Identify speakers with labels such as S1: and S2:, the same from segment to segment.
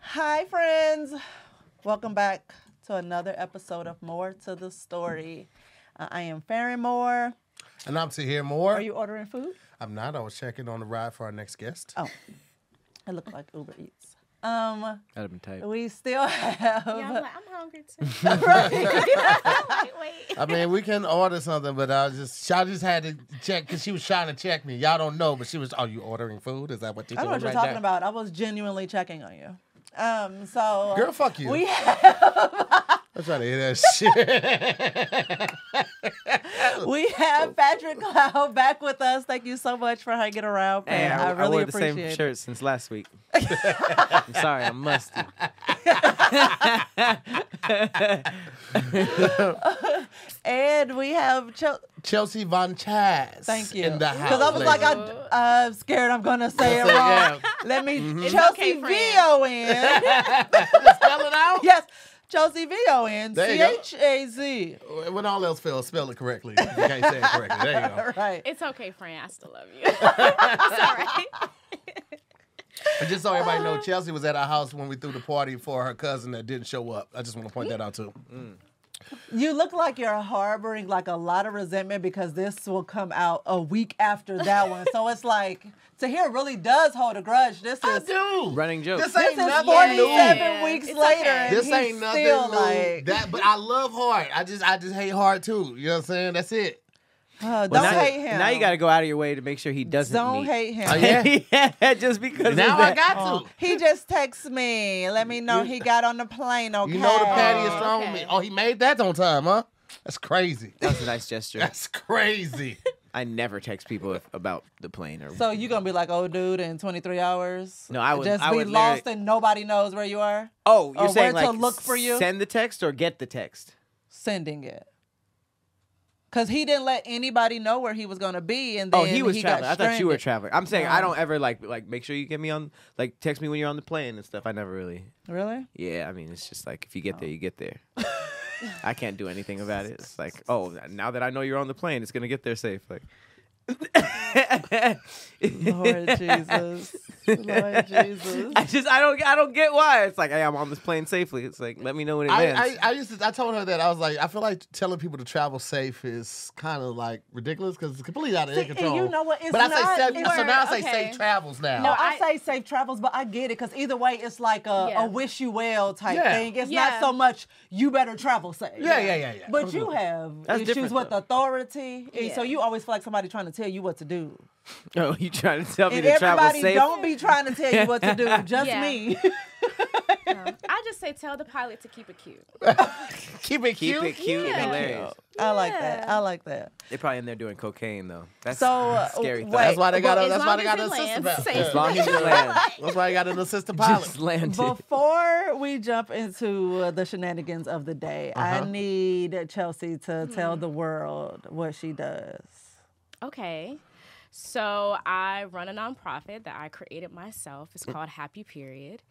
S1: Hi, friends. Welcome back to another episode of More to the Story. Uh, I am Farron Moore.
S2: And I'm to hear more.
S1: Are you ordering food?
S2: I'm not. I was checking on the ride for our next guest.
S1: Oh, I look like Uber Eats. Um,
S3: That'd have been tight.
S1: we still have.
S4: Yeah, I'm like, I'm hungry too. Wait, wait.
S2: I mean, we can order something, but I was just, I just had to check because she was trying to check me. Y'all don't know, but she was, are you ordering food? Is that what you're
S1: I don't know
S2: doing
S1: what you're
S2: right
S1: talking
S2: now?
S1: about. I was genuinely checking on you. Um, so
S2: Girl, fuck you.
S1: we
S2: I'm trying to hear that shit.
S1: we have Patrick Cloud back with us. Thank you so much for hanging around.
S3: Hey,
S1: man. I,
S3: I, I
S1: really
S3: wore the
S1: appreciate
S3: same
S1: it.
S3: shirt since last week. I'm sorry, I'm musty.
S1: And we have Cho-
S2: Chelsea Von Chaz.
S1: Thank you.
S2: In the house.
S1: I was like, I,
S2: ladies.
S1: I'm scared I'm gonna say it wrong.
S2: yeah.
S1: Let me
S2: Mm-hmm.
S4: It's
S1: Chelsea
S4: okay, friend.
S1: V O N.
S2: spell it out.
S1: Yes, Chelsea V O N C
S2: There you go.
S1: H A Z.
S2: When all else fails, spell it correctly. You can't say it correctly. There you go.
S1: Right.
S4: It's okay, friend. I still love you. it's all right.
S2: But just so everybody know, Chelsea was at our house when we threw the party for her cousin that didn't show up. I just want to point that out too.
S1: You look like you're harboring like a lot of resentment because this will come out a week after that one. So it's like Tahir really does hold a grudge. This is this
S2: Dude,
S3: Running joke.
S2: This
S1: is
S2: ain't nothing
S1: 47
S2: new.
S4: Yeah,
S1: weeks
S4: it's
S1: later.
S4: okay.
S1: and
S2: This
S1: he's
S2: ain't nothing
S1: still
S2: new.
S1: like uh,
S2: That, but I love hard. I just, I just hate hard too. You know what I'm saying? That's it.
S1: uh, don't
S3: Well, now,
S1: hate him.
S3: Now you gotta go out of your way to make sure he doesn't.
S1: don't
S3: meet.
S1: hate him.
S2: Oh, yeah?
S3: yeah, just because.
S2: Now
S3: of
S2: I
S3: that.
S2: got to.
S1: He just texts me. Let me know he got on the plane. Okay.
S2: You know the patty is
S4: Oh,
S2: strong.
S4: okay.
S2: meat. Oh, he made that on time, huh? That's crazy.
S3: That's a nice gesture.
S2: That's crazy.
S3: I never text people if, about the plane or.
S1: So you gonna be like old dude in 23 hours?
S3: No, I would-
S1: just
S3: I
S1: be
S3: would
S1: lost
S3: literally-
S1: and nobody knows where you are.
S3: oh,
S1: or
S3: you're saying
S1: where to
S3: like
S1: look for you?
S3: Send the text or get the text.
S1: Sending it. Cause he didn't let anybody know where he was gonna be, and then
S3: Oh, he was
S1: got
S3: traveling. I thought you were
S1: stranded.
S3: traveling. I'm saying
S1: No.
S3: I don't ever like like make sure you get me on like text me when you're on the plane and stuff. I never really.
S1: Really?
S3: Yeah, I mean it's just like if you get there,
S1: Oh.
S3: you get there. I can't do anything about it. It's like oh, now that I know you're on the plane, it's gonna get there safe. Like.
S1: Lord Jesus, Lord Jesus.
S3: I just I don't I don't get why it's like hey I'm on this plane safely. It's like let me know when it lands.
S2: I, I, I used to, I told her that I was like, I feel like telling people to travel safe is kind of like ridiculous because it's completely out of
S1: See,
S2: their
S1: and
S2: control.
S1: you know what? It's
S2: but I
S1: not-
S2: say
S1: it's-
S2: safe, so now I say
S4: okay.
S2: safe travels now.
S1: No,
S4: No,
S1: I,
S4: I-
S1: say safe travels, but I get it because either way, it's like a,
S4: Yeah.
S1: a wish you well type
S2: Yeah.
S1: thing. It's
S4: Yeah.
S1: not so much you better travel safe.
S2: Yeah, yeah, yeah, yeah.
S1: But you have
S3: That's
S1: issues
S3: different,
S1: with
S3: though.
S1: authority, and so
S4: Yeah.
S1: you always feel like somebody trying to tell you what to do.
S3: oh, you trying to tell me
S1: And
S3: to travel
S1: everybody
S3: safe?
S1: don't be trying to tell you what to do. Just
S4: Yeah.
S1: me.
S4: No, I just say tell the pilot to keep it cute.
S2: keep it
S3: Keep
S2: cute.
S3: it cute
S4: Yeah.
S3: and hilarious.
S1: I like that. I like that.
S3: They're probably in there doing cocaine though. That's
S1: So, uh,
S3: scary.
S1: wait.
S3: thought.
S2: That's why they got.
S1: Well,
S2: a,
S4: as
S2: that's why
S4: long
S2: they
S4: as
S2: got
S4: it
S2: an assistant
S4: lands
S2: pilot.
S4: safe.
S3: As long as you land,
S2: That's why they got an assistant pilot.
S3: just land. it.
S1: Before we jump into uh, the shenanigans of the day, I need Chelsea to tell
S4: Hmm.
S1: the world what she does.
S4: Okay. So I run a nonprofit that I created myself. It's called Happy Period,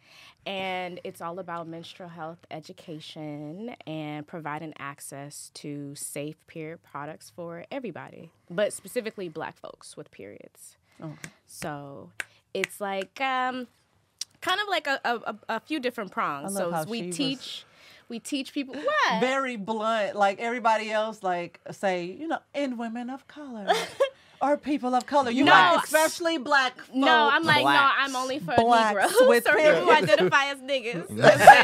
S4: and it's all about menstrual health education and providing access to safe period products for everybody, but specifically Black folks with periods.
S1: Oh.
S4: So it's like um, kind of like a, a, a- a few different prongs.
S1: love
S4: So
S1: how
S4: we
S1: she was-
S4: teach, we teach people what
S1: very blunt, like everybody else, like say, you know, and women of color or people of color. You
S4: No.
S1: like, especially black. Folks.
S4: No, I'm like,
S3: Blacks.
S4: no, I'm only for
S1: Blacks
S4: Negroes
S1: with
S4: or people
S1: periods.
S4: who identify as niggas. You know what I'm saying?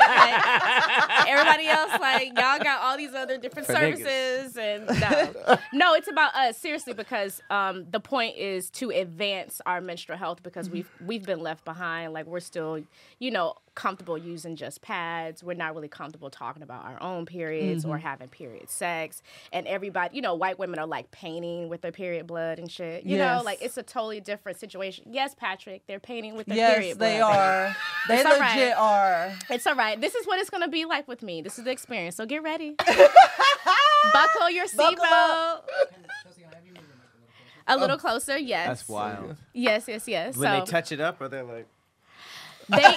S4: Like, everybody else, like, y'all got all these other different
S3: For niggas.
S4: services. And no. no, it's about us, seriously, because um, the point is to advance our menstrual health because we've,
S3: Mm-hmm.
S4: we've been left behind. Like, we're still, you know, comfortable using just pads. We're not really comfortable talking about our own periods or
S3: Mm-hmm.
S4: having period sex. And everybody, you know, white women are like painting with their period blood and shit. You know,
S1: Yes.
S4: like, it's a totally different situation. Yes, Patrick, they're painting with their
S1: Yes,
S4: period.
S1: they
S4: blood.
S1: are. They
S4: all
S1: legit
S4: right.
S1: are.
S4: It's all right. This is what it's gonna be like with me. This is the experience. So get ready. Buckle your
S1: Buckle Oh.
S4: seatbelt. A little closer, yes.
S3: That's wild.
S4: Yes, yes, yes.
S3: When
S4: so
S3: they touch it up, are they like?
S4: they-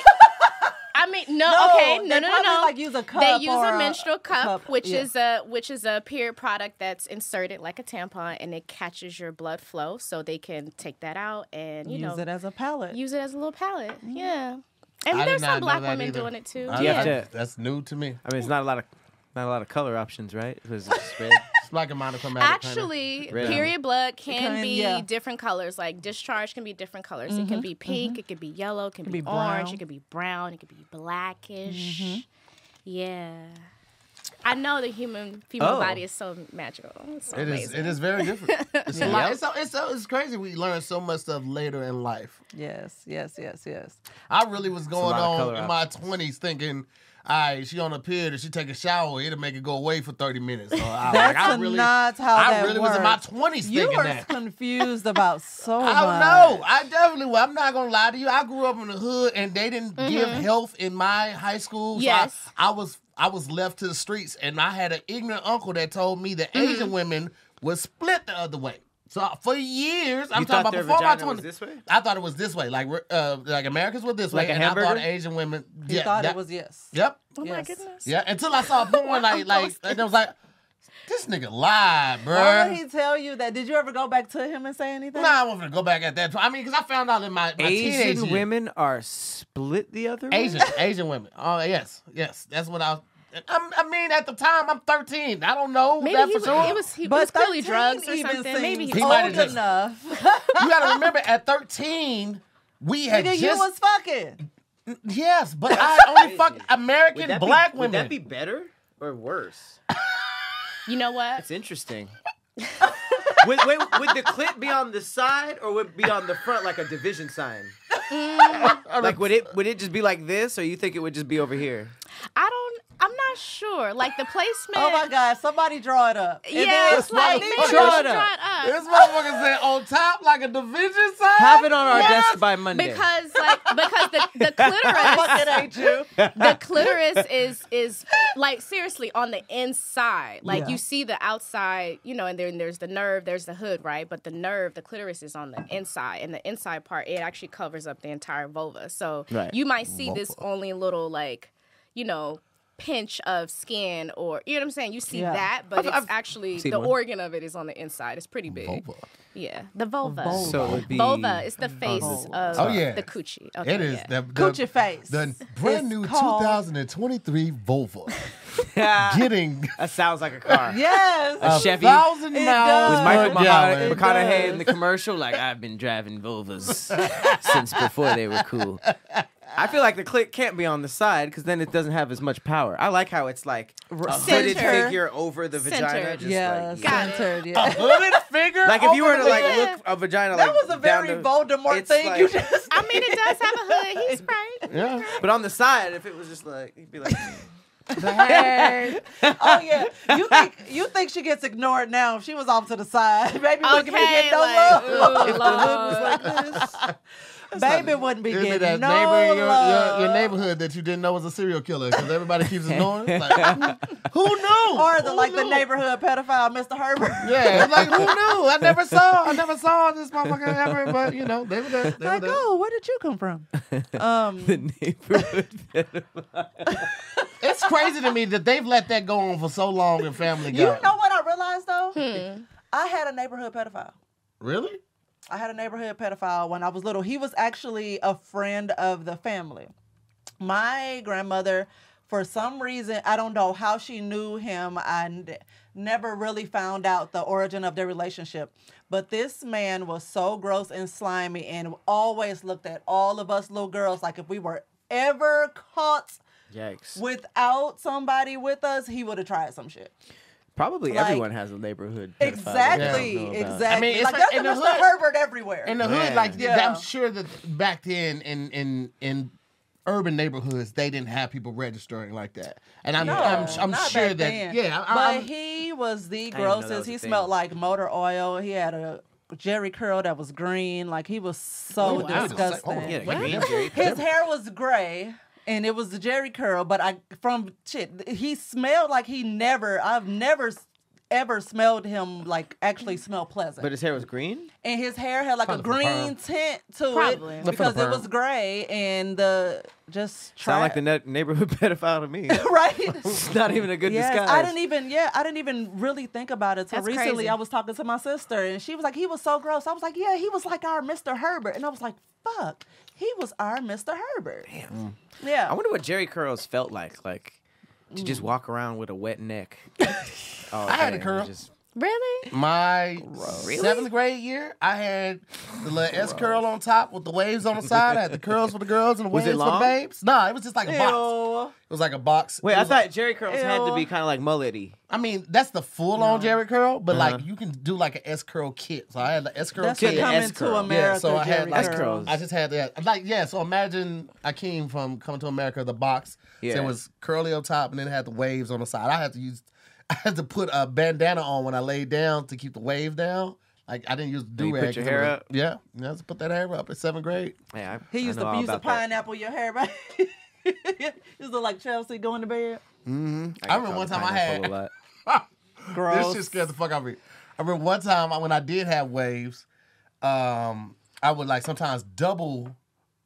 S4: I mean, no, okay, no,
S1: they
S4: no, no,
S1: probably,
S4: no.
S1: Like use a cup.
S4: they use
S1: or
S4: a menstrual cup, which
S1: yeah.
S4: is a which is a period product that's inserted like a tampon, and it catches your blood flow, so they can take that out and you
S1: use
S4: know
S1: it as a palette.
S4: use it as a little palette. Yeah. And
S2: I did
S4: there's
S2: not
S4: some
S2: know
S4: black
S2: that
S4: women
S2: either.
S4: doing it too.
S2: I
S3: you
S4: yeah.
S3: have
S2: didn't-
S3: to-
S2: That's new to me.
S3: I mean, it's not a lot of not a lot of color options, right? It was just red.
S2: It's like a monochromatic. kinda-
S4: Actually,
S3: Red.
S4: period blood can
S1: Can-
S4: be
S1: yeah.
S4: different colors. Like discharge can be different colors. It can be pink, it can be yellow, it can, be,
S1: be
S4: orange,
S1: brown.
S4: it can be brown, it can be blackish. Yeah. I know the human female
S3: Oh.
S4: body is so magical. It's so
S2: It is.
S4: amazing.
S2: It is very different. It's a
S3: Yeah.
S2: lot. It's, so- it's, so- it's crazy. We learn so much stuff later in life.
S1: Yes, yes, yes, yes.
S2: I really was going
S3: lot of
S2: on
S3: color
S2: in my twenties thinking, all right, she on a period, she take a shower, it'll make it go away for thirty minutes. So I, like, I
S1: That's
S2: really,
S1: not how
S2: I
S1: that
S2: really was in my
S1: works.
S2: twenties
S1: You
S2: thinking
S1: are
S2: that.
S1: confused about so much.
S2: I don't know. Oh, I definitely. Well, I'm not gonna lie to you. I grew up in the hood, and they didn't give
S1: Mm-hmm.
S2: health in my high school. so I-
S4: Yes.
S2: I, was. I was left to the streets, and I had an ignorant uncle that told me that
S1: Mm-hmm.
S2: Asian women was split the other way. So uh, for years, I'm talking
S3: You thought
S2: about
S3: their
S2: before my
S3: vagina was
S2: 20s.
S3: this way?
S2: I thought it was this way, like we're- uh, like Americans were this
S3: Like
S2: way,
S3: a
S2: and I thought
S3: hamburger?
S2: Asian women.
S1: You
S2: yeah,
S1: thought
S2: that-
S1: it was yes.
S2: Yep.
S4: Oh my
S1: Yes.
S4: goodness.
S2: Yeah. Until I saw a porn like like, and I was like, this nigga lied, bro.
S1: Why would he tell you that? Did you ever go back to him and say anything?
S2: No, I wasn't gonna go back at that. I mean, because I found out in my, my teenage
S3: Asian
S2: years-
S3: women are split the other way.
S2: Asian, Asian women. Oh yes, yes. That's what I. Was, I'm, I mean, at the time, I'm 13. I don't know
S4: Maybe
S2: that
S4: he
S2: for
S4: was,
S2: sure.
S4: it was, he, it
S1: But
S4: was clearly
S1: 13
S4: drugs or
S1: even
S4: something. Maybe
S1: seems
S4: he
S2: He
S4: was
S2: might
S1: old
S2: have just-
S1: enough.
S2: you gotta remember, at 13, we had
S1: Nigga,
S2: just
S1: you was fucking.
S2: yes, but I only fucked American black women.
S3: better or worse?
S4: You know what?
S3: It's interesting. would, wait, would the clip be on the side or would it be on the front like a division sign? like would it would it just be like this or you think it would just be over here?
S4: I don't. I'm not sure. Like the placement.
S1: Oh my God! Somebody draw it up. And
S4: Yeah,
S1: then-
S4: it's
S2: motherfucker-
S4: like maybe
S1: Draw
S4: we
S1: it
S4: should draw it
S3: up.
S4: up.
S2: this motherfucker said on top like a division sign.
S3: Have it on our
S2: Yes.
S3: desk by Monday.
S4: because like because the, the
S1: Fuck
S4: clitoris
S1: it, ain't you?
S4: the clitoris is is like seriously on the inside like
S1: Yeah.
S4: you see the outside you know and then there's the nerve there's the hood right but the nerve the clitoris is on the inside and the inside part it actually covers up the entire vulva so
S3: Right.
S4: you might see this only little like you know pinch of skin or you know what i'm saying you see
S1: Yeah.
S4: that but it's actually
S3: seen
S4: the
S3: one.
S4: organ of it is on the inside it's pretty big yeah the vulva
S1: Vulva.
S3: so it would be
S4: Vulva is the face of
S2: Oh, yeah.
S4: the coochie. Okay,
S2: It is
S4: yeah.
S2: the, the
S1: Coochie face.
S2: The brand
S1: It's
S2: new
S1: called-
S2: 2023 Volvo getting
S3: that sounds like a car.
S1: Yes.
S3: A
S2: a
S3: Chevy
S2: thousand
S1: It
S2: miles.
S1: does.
S3: with Michael
S1: It
S2: per gallon.
S3: McCona-
S1: does.
S3: McConaughey in the commercial, like I've been driving Volvas since before they were cool. I feel like the click can't be on the side because then it doesn't have as much power. I like how it's like a hooded
S4: Center.
S3: figure over the vagina.
S4: Centered.
S3: Just
S1: Yeah,
S3: like,
S4: Got it.
S1: centered. Yeah.
S2: hooded figure.
S3: Like if you
S2: over
S3: were to
S2: the
S3: like
S2: vagina?
S3: look a vagina
S1: That
S3: like
S1: was a
S3: down
S1: very
S3: to-
S1: Voldemort
S3: it's
S1: thing.
S3: like-
S1: you just.
S4: I mean, it does have a hood. He's right.
S2: Yeah.
S3: But on the side, if it was just like, you'd be like,
S1: Oh yeah. You think you think she gets ignored now? If she was off to the side, baby wouldn't be
S4: Okay,
S1: getting no
S4: like,
S1: love.
S4: ooh, Lord.
S1: Baby wouldn't be
S2: Isn't it
S1: getting
S2: that
S1: no
S2: neighbor in your,
S1: love.
S2: your, your neighborhood that you didn't know was a serial killer because everybody keeps ignoring? it? Like, who knew?
S1: or the
S2: Who
S1: like the
S2: knew?
S1: neighborhood pedophile, Mr. Herbert.
S2: Yeah, it's like who knew? I never saw, I never saw this motherfucker ever. But you know, they were there. They were
S1: Like,
S2: there.
S1: oh, where did you come from? Um,
S3: the neighborhood pedophile.
S2: It's crazy to me that they've let that go on for so long in Family Guy.
S1: you know what I realized though?
S4: Hmm.
S1: I had a neighborhood pedophile.
S2: really?
S1: I had a neighborhood pedophile when I was little. He was actually a friend of the family. My grandmother, for some reason, I don't know how she knew him. I n- never really found out the origin of their relationship. But this man was so gross and slimy and always looked at all of us little girls like if we were ever caught
S3: Yikes.
S1: without somebody with us, he would have tried some shit.
S3: Probably
S1: Like-
S3: everyone has a neighborhood. pedophile that
S1: Exactly,
S3: they don't know about.
S1: exactly.
S2: I mean, it's
S1: like,
S2: like
S1: that's
S2: in
S1: a
S2: the
S1: Mr.
S2: hood-
S1: Herbert everywhere.
S2: In the hood,
S3: Man.
S2: like
S1: Yeah.
S2: I'm sure that back then in in in urban neighborhoods they didn't have people registering like that. And I'm
S1: No,
S2: I'm, I'm
S1: not
S2: sure
S1: back
S2: that
S1: then.
S2: yeah, I,
S1: but
S2: I'm-
S1: he was the
S3: know that
S1: grossest.
S3: was
S1: He
S3: a thing.
S1: smelled like motor oil. He had a Jerry curl that was green. Like he was so
S2: Oh, wow.
S1: disgusting.
S2: Oh,
S3: Yeah,
S2: What?
S3: green Jerry
S1: His hair was gray. And it was the Jerry curl, but I from shit. He smelled like he never. I've never s- ever smelled him like actually smell pleasant.
S3: But his hair was green.
S1: and his hair had like a
S2: Probably from
S1: green
S2: perm.
S1: tint to
S4: Probably.
S1: it
S4: Look
S3: for the
S1: because it
S3: perm.
S1: was gray and the just tra-
S3: Sound like the ne- neighborhood pedophile to me.
S1: right.
S3: it's not even a good
S1: Yes,
S3: disguise.
S1: I didn't even yeah, I didn't even really think about it till
S4: That's
S1: recently.
S4: crazy.
S1: I was talking to my sister and she was like, he was so gross. I was like, yeah, he was like our Mr. Herbert, and I was like, fuck, he was our Mr. Herbert. Damn. Yeah.
S3: I wonder what Jerry curls felt like, like to just walk around with a wet neck. Mm. Oh, I
S2: had a curl.
S4: Really?
S2: My
S3: Really?
S2: seventh grade year, I had the little S curl on top with the waves on the side. I had the curls for the girls and the
S3: Was it
S2: waves for the
S3: long?
S2: babes. No, it was just like a box.
S1: Ew.
S2: It was like a box.
S3: Wait,
S2: It
S3: I
S2: was like-
S3: thought Jerry curls had to be
S1: Ew.
S3: kind of like mullety.
S2: I mean, that's the full on Jerry curl, but
S3: Uh-huh.
S2: like you can do like an S curl kit. So I had the S curl
S1: That's
S2: kit.
S1: what
S3: Yeah,
S1: coming
S3: S
S1: to
S3: curl. Yeah,
S1: America.
S2: so I had,
S1: Jerry
S2: like,
S1: curls.
S3: curls.
S2: I just had that. Like, yeah, so imagine I came from Coming to America, the box.
S3: Yeah.
S2: So it was curly on top and then it had the waves on the side. I had to use, I had to put a bandana on when I laid down to keep the wave down. Like, I didn't use do
S3: you put your hair up?
S2: Yeah. yeah. I had to put that hair up in seventh grade.
S3: Yeah, I,
S1: He used
S3: I know
S1: to
S3: all
S1: use a
S3: about that.
S1: pineapple your hair, right? used to like Chelsea going to bed.
S3: Mm-hmm.
S2: I remember one time I
S3: Pineapple
S2: had-
S3: a lot.
S1: Gross.
S2: This shit scared the fuck out of me. I remember one time I- when I did have waves, um, I would like sometimes double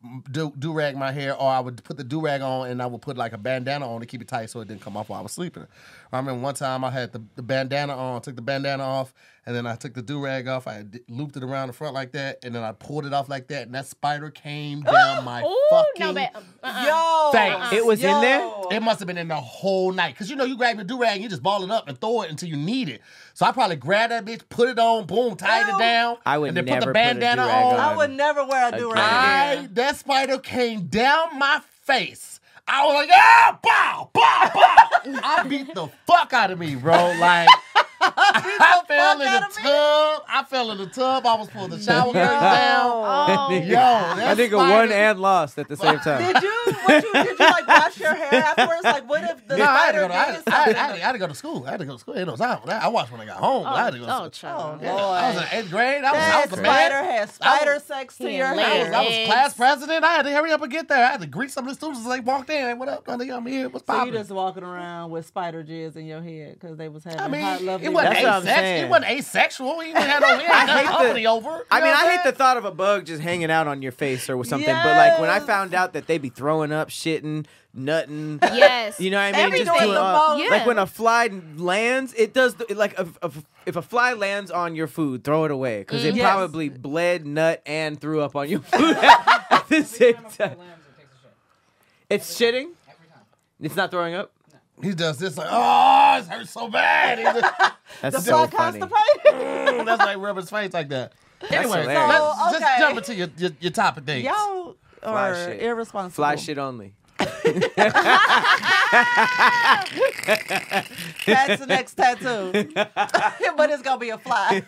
S2: mm, do rag my hair, or I would put the do rag on and I would put like a bandana on to keep it tight so it didn't come off while I was sleeping. I remember one time I had the, the bandana on, took the bandana off, and then I took the do rag off. I d- looped it around the front like that, and then I pulled it off like that, and that spider came down my
S4: Ooh,
S2: fucking.
S4: no, but uh-uh.
S1: Yo,
S2: Thanks.
S3: It was in there?
S2: It must have been in the whole night. Cause you know you grab your do-rag and you just ball it up and throw it until you need it. So I probably grabbed that bitch, put it on, boom, tied
S1: Ew.
S2: it down.
S3: I would
S2: and then put
S3: never
S2: the
S3: put a
S2: bandana
S3: do-rag
S2: on.
S3: on.
S1: I would never wear a do
S2: I
S1: rag.
S2: that spider came down my face. I was like, ah, bow, bow, bow. I beat the fuck out of me, bro. Like I fell in
S1: out
S2: the
S1: of me?
S2: tub. I fell in the tub. I was pulling the shower curtain down.
S4: Oh,
S2: Yo, that
S3: I think a
S2: spider-
S3: won and lost at the same time.
S1: Did you, what you? Did you like wash your hair afterwards? Like, what if the
S2: No, I had to
S1: spider
S2: go to, I had,
S1: did
S2: I, had,
S1: something?
S2: I, had, I had to go to school. I had to go to school. Ain't no time for that. I watched when I got home. but I had to go to
S4: oh,
S2: school.
S4: child.
S1: Oh,
S2: I was in eighth grade. I was, I
S1: That
S2: was the man.
S1: spider had spider sex to
S4: He
S1: your
S4: laid
S2: I was,
S1: hair.
S2: I was
S4: Eggs.
S2: class president. I had to hurry up and get there. I had to greet some of the students as they walked in. Hey, what up? I think I'm here. What's
S1: So you
S2: poppin'?
S1: just walking around with spider jizz in your head because they was having
S2: I mean,
S1: hot, lovely.
S2: it wasn't,
S3: That's what I'm
S2: asex-
S3: saying.
S2: it wasn't asexual. He didn't have no
S3: I
S2: hair.
S3: hate
S2: Got
S3: the-
S2: company over.
S3: I
S2: You
S3: mean,
S2: know what
S3: I
S2: I'm
S3: hate the
S2: saying?
S3: thought of a bug just hanging out on your face or something. But like when I
S1: Yes.
S3: found out that they be throwing up, shitting, nutting,
S4: Yes.
S3: you know what I mean?
S1: Everything
S3: just doing
S1: the
S3: all,
S4: most.
S3: like
S4: Yeah.
S3: when a fly lands, it does the, like a, a, if a fly lands on your food, throw it away because it
S1: Mm. Yes.
S3: probably bled, nut, and threw up on your food at the same time. It's shitting. It's not throwing up.
S2: He does this like, oh, it hurts so bad. He just-
S3: That's
S1: the
S3: so
S1: fly
S3: funny.
S1: constipated.
S2: that's like rubbing his face like that. Anyway,
S3: hilarious.
S2: let's
S1: okay.
S2: just jump into your, your, your topic things.
S1: Y'all
S3: Fly
S1: are
S3: shit.
S1: irresponsible.
S3: Fly shit only.
S1: That's the next tattoo, but it's gonna be a fly.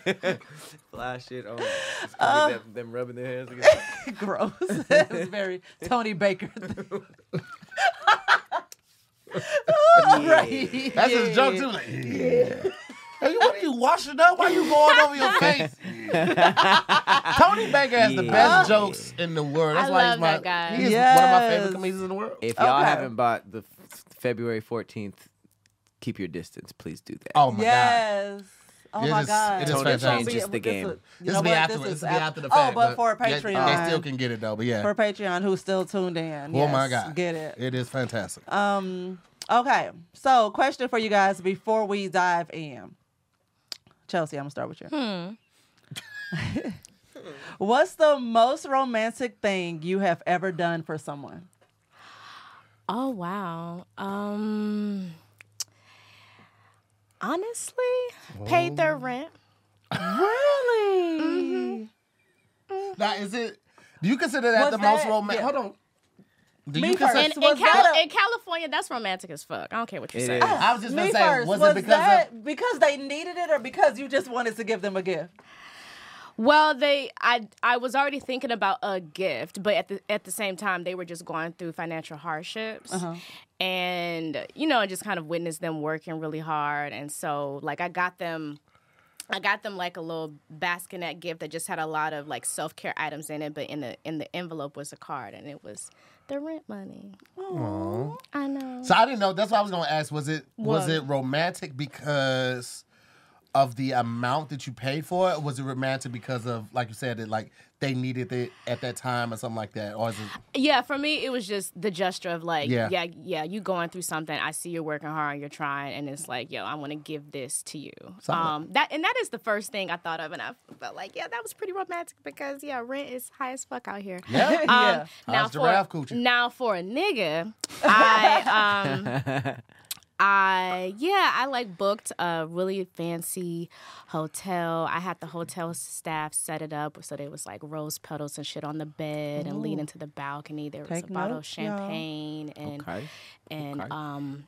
S3: Fly shit only. It's
S1: Uh,
S3: gonna be them, them rubbing their hands together.
S1: Gross. That's very Tony Baker. right.
S2: That's his joke too. Like, Hey, what are you washing up? Why you going over your face? Tony Baker has the best
S3: Yeah.
S2: jokes in the world. That's
S4: I
S2: why
S4: love
S2: he's my
S4: that guy.
S2: he is one of my
S1: Yes.
S2: favorite comedians in the world.
S3: If y'all
S1: Okay.
S3: haven't bought the f- February 14th, keep your distance. Please do that.
S2: oh my god.
S1: Yes. Oh
S2: It
S1: my
S2: is-
S1: God.
S2: it is
S1: This gonna
S2: fantastic.
S1: be-
S3: Just the
S1: this
S3: game.
S1: is- you
S2: This
S1: know
S2: will be
S1: what?
S2: after. This will be
S1: af-
S2: after the fact.
S1: Oh, but for
S2: they-
S1: Patreon.
S2: they still can get it though. But yeah.
S1: for Patreon who's still tuned in.
S2: oh my
S1: Yes,
S2: god.
S1: Get it.
S2: It is fantastic.
S1: Um okay. So question for you guys before we dive in. Chelsea, I'm gonna start with you. What's the most romantic thing you have ever done for someone?
S4: Oh wow. Um honestly, paid their
S2: Oh.
S4: rent.
S1: Really?
S2: Mm-hmm. now is it? Do you consider that
S1: Was
S2: the most
S1: that-
S2: romantic?
S1: yeah.
S2: Hold on. Do
S1: Me
S2: you consider?
S1: first. So
S4: In, in,
S1: was that
S4: Cali-
S1: a-
S4: in California, that's romantic as fuck. I don't care what you
S3: It
S4: say.
S3: is.
S2: I was just
S1: Me
S2: gonna say,
S1: first.
S2: was,
S1: Was,
S2: it because
S1: that
S2: of?
S1: because they needed it or because you just wanted to give them a gift?
S4: Well, they I I was already thinking about a gift, but at the at the same time they were just going through financial hardships. And you know, I just kind of witnessed them working really hard and so like I got them I got them like a little bassinet gift that just had a lot of like self-care items in it, but in the in the envelope was a card and it was the rent money. I know.
S2: So I didn't know. That's what I was gonna ask. Was it was
S4: What?
S2: it romantic because of the amount that you paid for it? Was it romantic because of, like you said, that like they needed it at that time or something like that? Or is it
S4: Yeah, for me, it was just the gesture of like,
S2: Yeah.
S4: yeah, yeah, you going through something. I see you're working hard and you're trying, and it's like, yo, I want to give this to you.
S2: Solid.
S4: Um, that and that is the first thing I thought of, and I felt like, yeah, that was pretty romantic because yeah, rent is high as fuck out here.
S2: Yeah.
S4: Um,
S1: Yeah.
S2: How's giraffe
S4: for
S2: coochie?
S4: now for a nigga, I um. I yeah, I like booked a really fancy hotel. I had the hotel staff set it up so there was like rose petals and shit on the bed and leading to the balcony. There was
S1: Take
S4: a bottle
S1: notes,
S4: of champagne and
S3: Okay.
S4: and
S3: Okay.
S4: um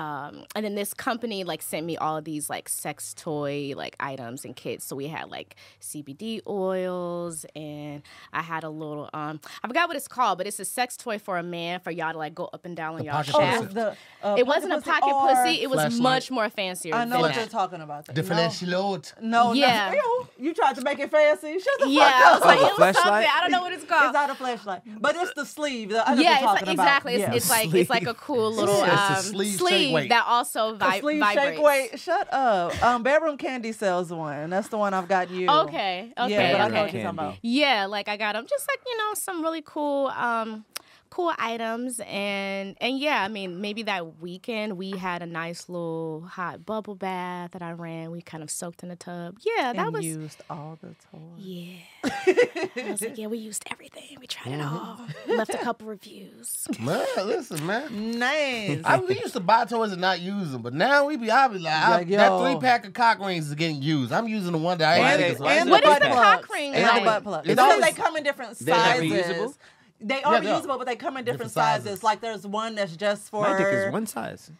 S4: um and then this company like sent me all of these like sex toy like items and kits. So we had like CBD oils and I had a little um I forgot what it's called, but it's a sex toy for a man for y'all to like go up and down on y'all
S2: pocket
S4: shaft.
S1: Oh,
S2: Yeah.
S1: it was the, uh,
S4: It wasn't a pocket
S1: or-
S4: pussy. It was
S2: Flashlight.
S4: much more fancier.
S1: I know
S4: than
S1: what
S4: that.
S1: you're talking about.
S2: the
S1: no,
S2: flashlight?
S1: no,
S4: Yeah.
S1: no. Ew, you tried to make it fancy. Shut the
S4: Yeah, I
S1: fuck
S4: was
S1: up.
S4: like, it
S3: Oh,
S4: was
S3: flashlight?
S4: something. I don't know what it's
S1: It's
S4: called.
S1: not a flashlight, but it's the sleeve. The, I know what
S4: yeah,
S1: you're
S4: it's like,
S1: talking about.
S4: exactly. It's,
S1: Yeah.
S4: it's like it's like a cool little
S2: Yeah,
S4: um,
S2: it's a sleeve
S4: sleeve,
S2: shake weight.
S4: that also
S1: The
S4: vi-
S1: sleeve
S4: vibrates.
S1: shake weight. Shut up. Um, bedroom candy sells one. That's the one I've got you.
S4: Okay, okay,
S1: Yeah, but I know
S4: okay.
S1: what you're talking about.
S4: Yeah, like I got them just like, you know, some really cool um cool items and and yeah, I mean, maybe that weekend we had a nice little hot bubble bath that I ran. We kind of soaked in the tub. Yeah, that
S1: and
S4: was
S1: used all the toys.
S4: Yeah. I was like, yeah, we used everything. We tried it all.
S3: Mm-hmm.
S4: Left a couple reviews.
S2: Man, listen, man.
S1: Mm. Nice.
S2: I we used to buy toys and not use them, but now we be I be like, I-
S1: Like,
S2: that
S1: yo.
S2: three pack of cock rings is getting used. I'm using the one that I
S3: Why
S2: ain't
S3: they-
S2: using.
S3: why
S1: and
S3: What
S1: the
S3: is
S1: butt
S3: the
S4: cock
S1: plugs.
S4: ring
S1: And
S4: like?
S1: the butt plugs.
S2: It's
S1: Because
S2: always-
S1: they come in different
S3: They're not
S1: sizes.
S3: reusable?
S1: They are
S2: Yeah, they are.
S1: reusable, but they come in different,
S2: Different sizes.
S1: sizes. Like there's one that's just for.
S3: My dick is one size.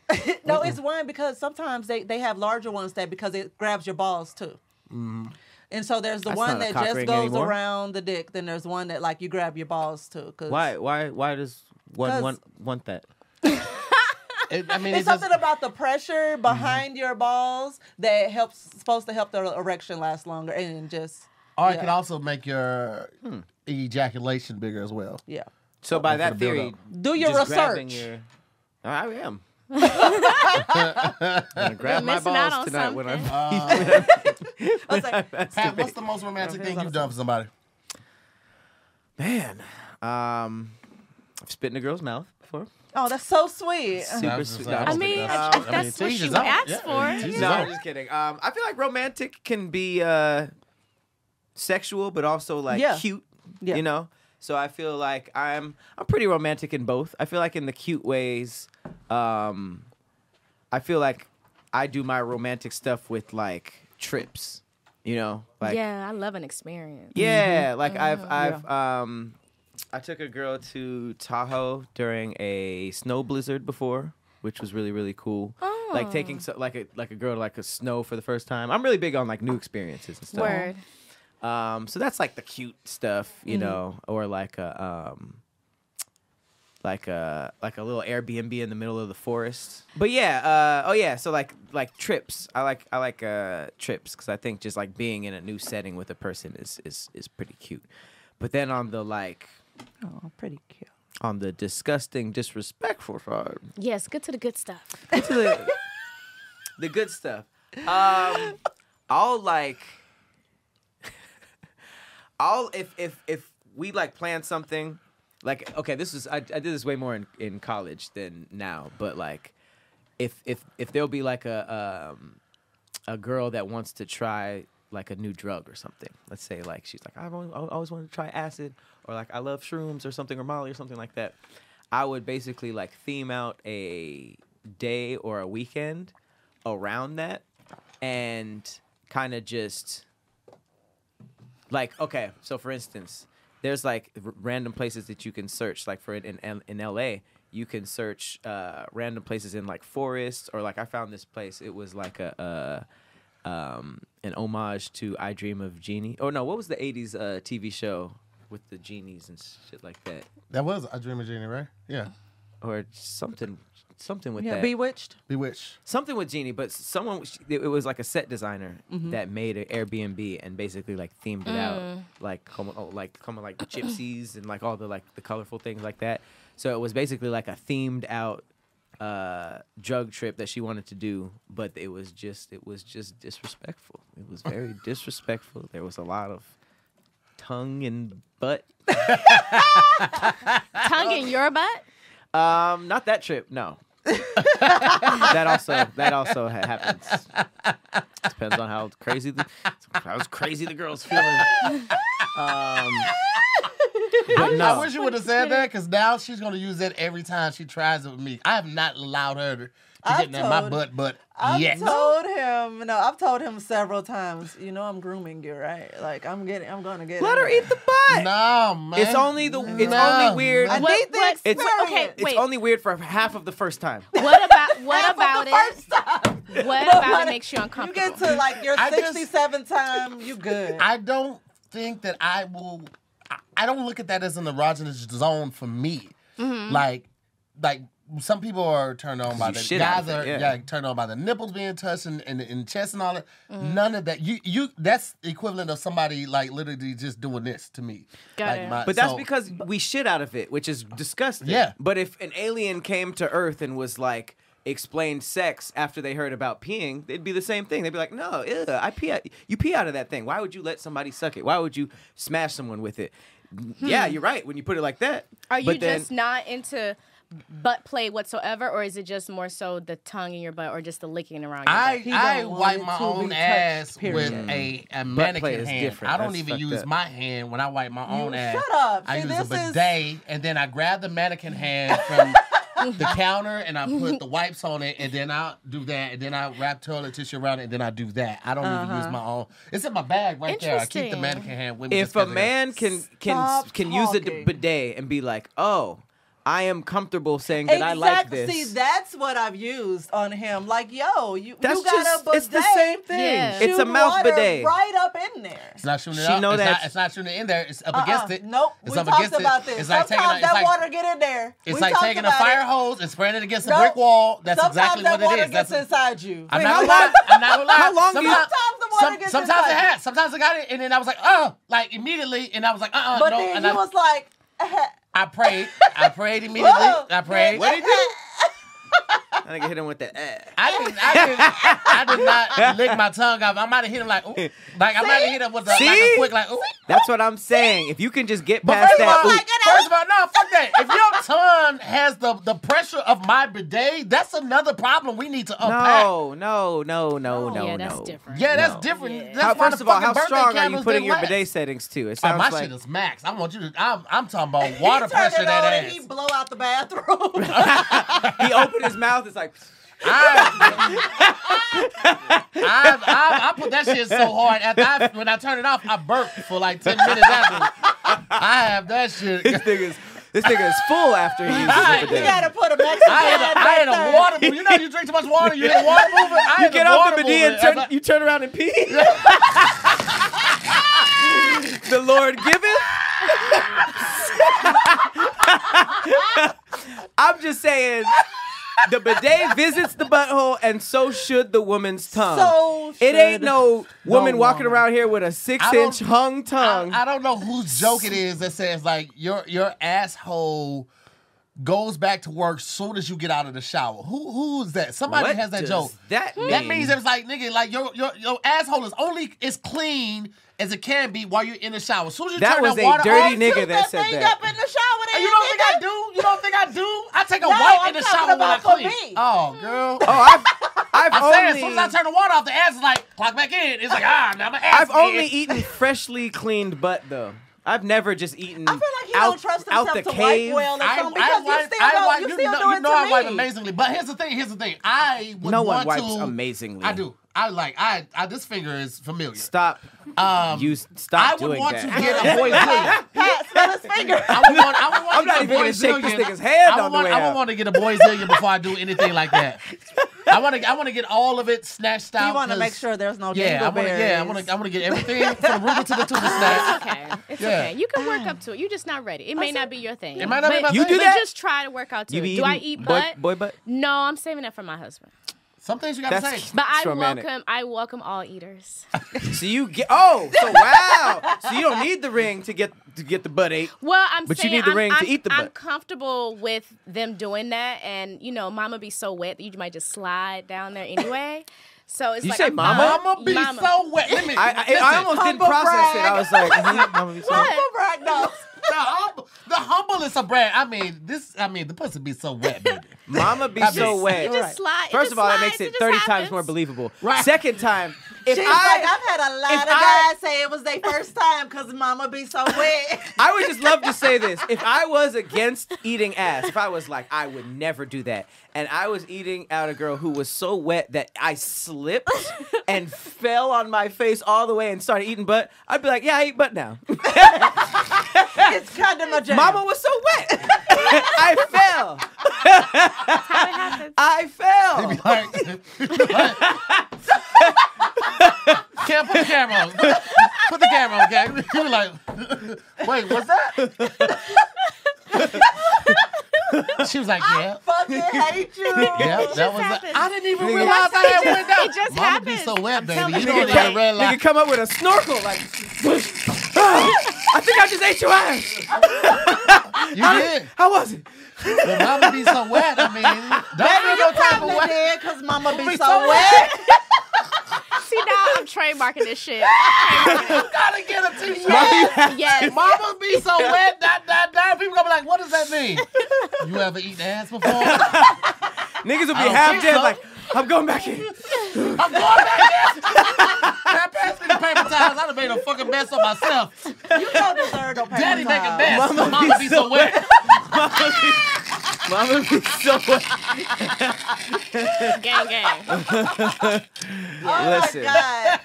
S1: No, it's one because sometimes they, they have larger ones that because it grabs your balls too. And so there's the
S3: Mm-hmm. That's
S1: one
S3: not a
S1: that
S3: cock
S1: just
S3: ring
S1: goes
S3: anymore.
S1: around the dick. Then there's one that like you grab your balls to. Cause
S3: Why? Why? Why does one
S1: 'Cause-
S3: want want that?
S2: It- I mean,
S1: It's
S2: it's just,
S1: something about the
S3: Mm-hmm.
S1: pressure behind your balls that helps supposed to help the erection last longer and just
S2: or it
S1: yeah.
S2: could also make your ejaculation bigger as well.
S1: yeah.
S3: So by that
S2: the build-up.
S3: theory,
S1: Do your
S3: just grabbing
S1: research.
S3: your- I am. I'm gonna grab my
S4: missing out
S3: balls
S4: on
S3: tonight when I'm.
S1: I was like,
S2: Pat, what's the most romantic thing you've done for somebody?
S3: Man, um, I've spit in a girl's mouth before.
S1: oh, that's so sweet.
S2: I
S3: Super
S2: was
S3: sweet.
S2: just- I
S3: No,
S2: was
S4: I mean,
S2: thinking
S4: I-
S2: that.
S4: if that's what
S2: tease
S4: you
S2: is out.
S4: asked
S2: Yeah,
S4: for,
S2: tease is
S3: No,
S2: out.
S3: I'm just kidding. Um, I feel like romantic can be uh, sexual, but also like
S1: Yeah.
S3: cute.
S1: Yeah.
S3: You know. So I feel like I'm I'm pretty romantic in both. I feel like in the cute ways, um, I feel like I do my romantic stuff with like trips. You know, like
S4: yeah, I love an experience.
S3: yeah, like I've I've um I took a girl to Tahoe during a snow blizzard before, which was really really cool. Like taking so, like a like a girl to like a snow for the first time. I'm really big on like new experiences and stuff.
S4: Word.
S3: Um, so that's like the cute stuff, you know, or like a um, like a like a little Airbnb in the middle of the forest. But yeah, uh, oh yeah, so like like trips. I like I like uh, trips because I think just like being in a new setting with a person is is is pretty cute. But then on the like
S1: Oh, pretty cute.
S3: on the disgusting, disrespectful side,
S4: Yes, get to the good stuff.
S3: to the, the good stuff. Um, I'll like, I'll if if if we like plan something, like okay, this was I, I did this way more in, in college than now, but like, if if if there'll be like a um, a girl that wants to try like a new drug or something. Let's say like she's like I've always, I always wanted to try acid or like I love shrooms or something or Molly or something like that. I would basically like theme out a day or a weekend around that and kind of just like okay so for instance there's like r- random places that you can search like for it in, L- in la you can search uh, random places in like forests or like i found this place it was like a uh, um, an homage to i dream of genie oh no what was the 80s uh, tv show with the genies and shit like that
S2: That was I Dream of Genie, right? Yeah.
S3: or something something with
S1: Yeah,
S3: that
S1: bewitched.
S2: Bewitched.
S3: something with Genie, but someone it was like a set designer that made an Airbnb and basically like themed it out, like come oh, like come like gypsies and like all the like the colorful things like that. So it was basically like a themed out uh, drug trip that she wanted to do, but it was just it was just disrespectful. It was very disrespectful. There was a lot of tongue and butt.
S4: Tongue in your butt?
S3: Um, not that trip. No. that also that also ha- happens. Depends on how crazy the how crazy the girl's feeling. Um, but
S2: I
S3: no,
S2: wish you would have said that because now she's gonna use that every time she tries it with me. I have not allowed her to, to
S1: I've
S2: get in my
S1: told-
S2: butt, but
S1: I've
S2: yet.
S1: told him no. I've told him several times. You know, I'm grooming you, right? Like I'm getting, I'm gonna get.
S3: let
S1: in
S3: her
S1: there.
S3: eat the butt.
S2: no, man.
S3: It's only the it's
S2: No,
S3: only weird.
S1: I
S2: man.
S1: need the
S4: what-
S3: It's
S1: experience.
S4: okay,
S3: It's
S4: Wait.
S3: only weird for half of the first time.
S4: What about what
S1: Half of
S4: about
S1: the
S4: it?
S1: first time.
S4: What about
S1: Like,
S4: it makes you
S1: You get
S4: uncomfortable?
S1: to like your
S2: I just-
S1: 67th time, you good.
S2: I don't think that I will. I, I don't look at that as an erogenous zone for me.
S4: Mm-hmm.
S2: Like, like some people are turned on by
S3: you
S2: the
S3: shit out
S2: guys
S3: of it,
S2: are
S3: yeah.
S2: turned on by the nipples being touched and, and, and chest and all that.
S4: Mm-hmm.
S2: None of that. You you that's equivalent of somebody like literally just doing this to me. Like
S4: Got it.
S3: But that's
S2: so-
S3: because we shit out of it, which is disgusting.
S2: Yeah.
S3: But if an alien came to Earth and was like explained sex after they heard about peeing, it'd be the same thing. They'd be like, "No, ew, I pee. Out, you pee out of that thing. Why would you let somebody suck it? Why would you smash someone with it?" Yeah, you're right. When you put it like that,
S4: Are you
S3: But then-
S4: just not into butt play whatsoever, or is it just more so the tongue in your butt, or just the licking around your butt?
S2: I,
S1: don't
S2: I
S1: want
S2: wipe
S1: it
S2: my
S1: to
S2: own
S1: be touched,
S2: ass with
S1: period.
S2: a, a
S3: Mm. play
S2: mannequin
S3: is
S2: hand.
S3: different.
S2: I don't
S3: That's
S2: even
S3: fucked
S2: use
S3: up.
S2: my hand when I wipe my own ass.
S1: shut up.
S2: I
S1: See,
S2: use a
S1: this is-
S2: bidet and then I grab the mannequin hand from the counter and I put the wipes on it and then I do that and then I wrap toilet tissue around it and then I do that. I don't even
S1: Uh-huh.
S2: use my own. It's in my bag right there. I keep the
S4: Interesting.
S2: mannequin hand with me. just
S3: if
S2: 'cause
S3: a
S2: I got-
S3: man can can
S1: Stop
S3: can use a d-
S1: talking.
S3: bidet and be like, "Oh, I am comfortable saying that I like this."
S1: See, that's what I've used on him. Like, yo, you,
S3: That's
S1: you got a
S3: just
S1: bidet.
S3: it's the same thing.
S4: Yeah.
S3: It's a
S1: shoot
S3: mouth
S1: water
S3: bidet.
S1: right up in there.
S2: It's not shooting it
S3: She
S2: out.
S3: know
S2: it's,
S3: that-
S2: not, it's not shooting it in there. It's up
S1: Uh-uh.
S2: against it.
S1: Nope.
S2: It's
S1: we
S2: up
S1: talked
S2: against
S1: about
S2: it.
S1: this.
S2: It's like
S1: Sometimes
S2: taking a, it's
S1: that
S2: like,
S1: water get in there.
S2: It's
S1: we
S2: like
S1: talked
S2: taking a
S1: about
S2: fire
S1: it.
S2: hose and spraying it against
S1: No.
S2: a brick wall. That's
S1: Sometimes
S2: exactly
S1: that
S2: what
S1: water
S2: it is.
S1: Gets
S2: That's
S1: inside you.
S2: I'm
S3: Wait,
S2: not
S3: how
S2: gonna lie.
S3: long-
S2: I'm not gonna lie.
S3: how long do you-
S2: Sometimes,
S1: Sometimes the water gets
S2: sometimes it
S1: inside.
S2: had. Sometimes I got it, and then I was like, oh, like immediately, and I was like, uh, uh
S1: but
S2: no.
S1: then
S2: and
S1: you
S2: I,
S1: was like,
S2: I prayed. I prayed immediately.
S1: Whoa.
S2: I prayed.
S3: What did he do? I think I hit him with that. Eh.
S2: I didn't. I did, I did not lick my tongue off. I might have hit him like, ooh. like I might have hit him with a, like a
S3: See?
S2: quick like, ooh.
S3: That's what I'm saying. If you can just get
S2: But
S3: past
S2: first of,
S3: that,
S2: all,
S3: oop,
S2: first of all, no, fuck that. If your tongue has the, the pressure of my bidet, that's another problem we need to unpack.
S3: no, no, no, no, no,
S4: Oh, yeah,
S3: no.
S4: that's different.
S2: Yeah, that's
S3: No.
S2: different.
S4: Yeah.
S2: That's
S3: How,
S2: why
S3: first
S2: the
S3: of all,
S2: fucking
S3: how
S2: birthday
S3: strong are you
S2: candles
S3: putting
S2: didn't
S3: your
S2: last.
S3: bidet settings to? It
S2: Oh,
S3: sounds
S2: my
S3: like
S2: shit is max. I want you to. I'm, I'm talking about water
S1: he turned
S2: pressure
S1: it on
S2: that
S1: and he
S2: ass.
S1: blow out the bathroom.
S3: he opened his mouth. It's like
S2: I, I, I, I put that shit so hard. After I, when I turn it off, I burp for like ten minutes after. I have that shit.
S3: this thing is this thing is full after he uses
S2: I-
S3: the
S2: you
S1: you
S3: bidet.
S1: gotta put a Mexican.
S2: I had, a, I had a water. Mover. You know, you drink too much water. You hit water movement. I
S3: you
S2: had
S3: get
S2: a
S3: off
S2: water
S3: the bidet and
S2: mover.
S3: turn, you turn around and pee. the Lord giveth. I'm just saying, the bidet visits the butthole, and so should the woman's tongue.
S1: So
S3: it ain't
S1: should
S3: no woman walking
S1: woman.
S3: around here with a six-inch
S2: don't-
S3: hung tongue.
S2: I, I don't know whose joke it is that says like your your asshole goes back to work soon as you get out of the shower. Who who's that? Somebody
S3: What
S2: has that
S3: does
S2: joke.
S3: That, mean?
S2: That means it's like nigga, like your your your asshole is only as clean as it can be while you're in the shower. As soon as you
S3: That
S2: turn
S3: was
S2: that
S3: a
S2: water
S3: dirty
S2: off,
S3: nigga that said
S1: thing
S3: that.
S1: up in the shower.
S2: and
S1: then
S2: you don't think I do? You don't think I do? I take a wipe
S1: I'm
S2: in the
S1: talking
S2: shower when I
S1: about for
S2: clean.
S1: me.
S2: Oh girl.
S3: Oh, I've, I've
S2: I'm
S3: only,
S2: saying, as soon as I turn the water off, the ass is like clock back in. It's like ah, now my ass.
S3: I've only
S2: is-
S3: eaten freshly cleaned butt though. I've never just eaten.
S1: I feel like he
S3: out,
S1: don't trust
S3: out
S1: himself to
S3: the cave.
S1: wipe well or
S2: I,
S1: something um, because
S2: I
S1: you
S2: wipe,
S1: still
S2: I
S1: don't,
S2: wipe.
S1: you
S2: You
S1: still
S2: know,
S1: do
S2: you
S1: it
S2: know
S1: to
S2: I
S1: me.
S2: wipe amazingly, but here's the thing. Here's the thing. I would
S3: no
S2: want
S3: one wipes
S2: to,
S3: amazingly.
S2: I do. I like. I, I. This finger is familiar.
S3: Stop.
S2: Um,
S3: you s-
S2: I
S3: stop
S2: would
S3: doing
S2: want
S3: that.
S2: to get a boyzillion.
S1: Pat, smell his finger.
S2: I would want. I would want
S3: I'm
S2: to get
S3: not
S2: a
S3: even gonna shake this
S2: boyzillion.
S3: nigga's hand
S2: I would
S3: on the
S2: want,
S3: way
S2: I would
S3: out.
S2: want to get a boyzillion before I do anything like that. I want to. I want to get all of it snatched out.
S1: You want to
S2: 'cause-
S1: make sure there's no
S2: Yeah, I want to. Yeah, I want to. I want to get everything from the rooter to the tuna snack.
S4: It's okay. It's
S2: Yeah.
S4: okay. You can work up to it. You're just not ready. It may not be your thing.
S2: It might not be my
S4: But-
S3: You
S2: thing.
S3: do
S4: But
S3: that?
S4: just try to work out to
S3: You
S4: it.
S3: be
S4: Do I
S3: eating
S4: eat
S3: boy,
S4: butt?
S3: Boy butt.
S4: No, I'm saving that for my husband.
S2: Some things you gotta
S3: That's-
S2: say.
S4: But I
S3: It's romantic.
S4: welcome I welcome all eaters.
S3: So you get oh, so wow. so you don't need the ring to get to get the butt ache.
S4: Well, I'm
S3: But you
S4: saying
S3: need the
S4: I'm,
S3: ring to
S4: I'm,
S3: eat the
S4: I'm
S3: butt.
S4: comfortable with them doing that, and you know, Mama be so wet that you might just slide down there anyway. So it's
S3: You
S4: like
S3: say
S4: I'm
S3: mama?
S4: fine.
S2: Mama be so wet. Let me.
S3: I I, I almost didn't
S1: humble
S3: process it.
S1: brag.
S3: I was like, mhm, Mama be so-
S1: Humble brag, no.
S2: the, humble, the humblest of brand. I mean, this. I mean, the pussy be so wet, baby.
S3: Mama be
S2: I mean,
S3: so
S4: It
S3: wet.
S4: just slide. it
S3: First
S4: just
S3: of all, that
S4: slides,
S3: makes it
S4: just
S3: 30 times
S4: happens.
S3: more believable.
S2: Right.
S3: Second time, if
S1: She's
S3: I,
S1: like, I've had a lot
S3: if
S1: of
S3: I-
S1: guys say it was their first time because mama be so wet.
S3: I would just love to say this. If I was against eating ass, if I was like, I would never do that, and I was eating out a girl who was so wet that I slipped and fell on my face all the way and started eating butt, I'd be like, yeah, I eat butt now.
S1: it's kind of my jam.
S3: Mama was so wet. I fell.
S4: How it happens.
S3: I fell.
S2: Like, can't put the camera on. Put the camera on, gang. You like, wait, what's that? she was like, yeah.
S1: fucking hate you.
S2: Yeah, that was.
S4: happens.
S2: I didn't even
S3: Nigga,
S2: realize I had went down.
S4: it just
S2: Mama
S4: happens.
S2: be so wet,
S4: I'm
S2: baby.
S4: telling
S2: You
S4: you.
S2: don't even
S4: Nigga,
S2: realize.
S3: Nigga, come up with a snorkel like. I think I just ate your ass.
S2: You did.
S3: How was it?
S2: But Mama be so wet. I mean, don't
S1: Baby,
S2: feel
S1: you
S2: no type of
S1: probably
S2: wet.
S1: did because mama be
S2: Be
S1: so
S2: so
S1: wet.
S4: See now I'm trademarking this shit.
S2: Gotta get a t-shirt.
S4: Yes.
S2: Mama be so wet, dot, dot, dot. People gonna be like, what does that mean? You ever eaten ass before? I'm
S3: Niggas will be
S2: don't
S3: half
S2: think
S3: dead
S2: so.
S3: like, I'm going back in.
S2: going back there. Pass me the paper towels. I done made a fucking mess of myself.
S1: You don't deserve no paper
S2: Daddy make a
S1: towel.
S2: mess. Mama, be so wet.
S3: Mama be so wet.
S4: gang gang.
S1: Oh
S3: Listen.
S1: my god.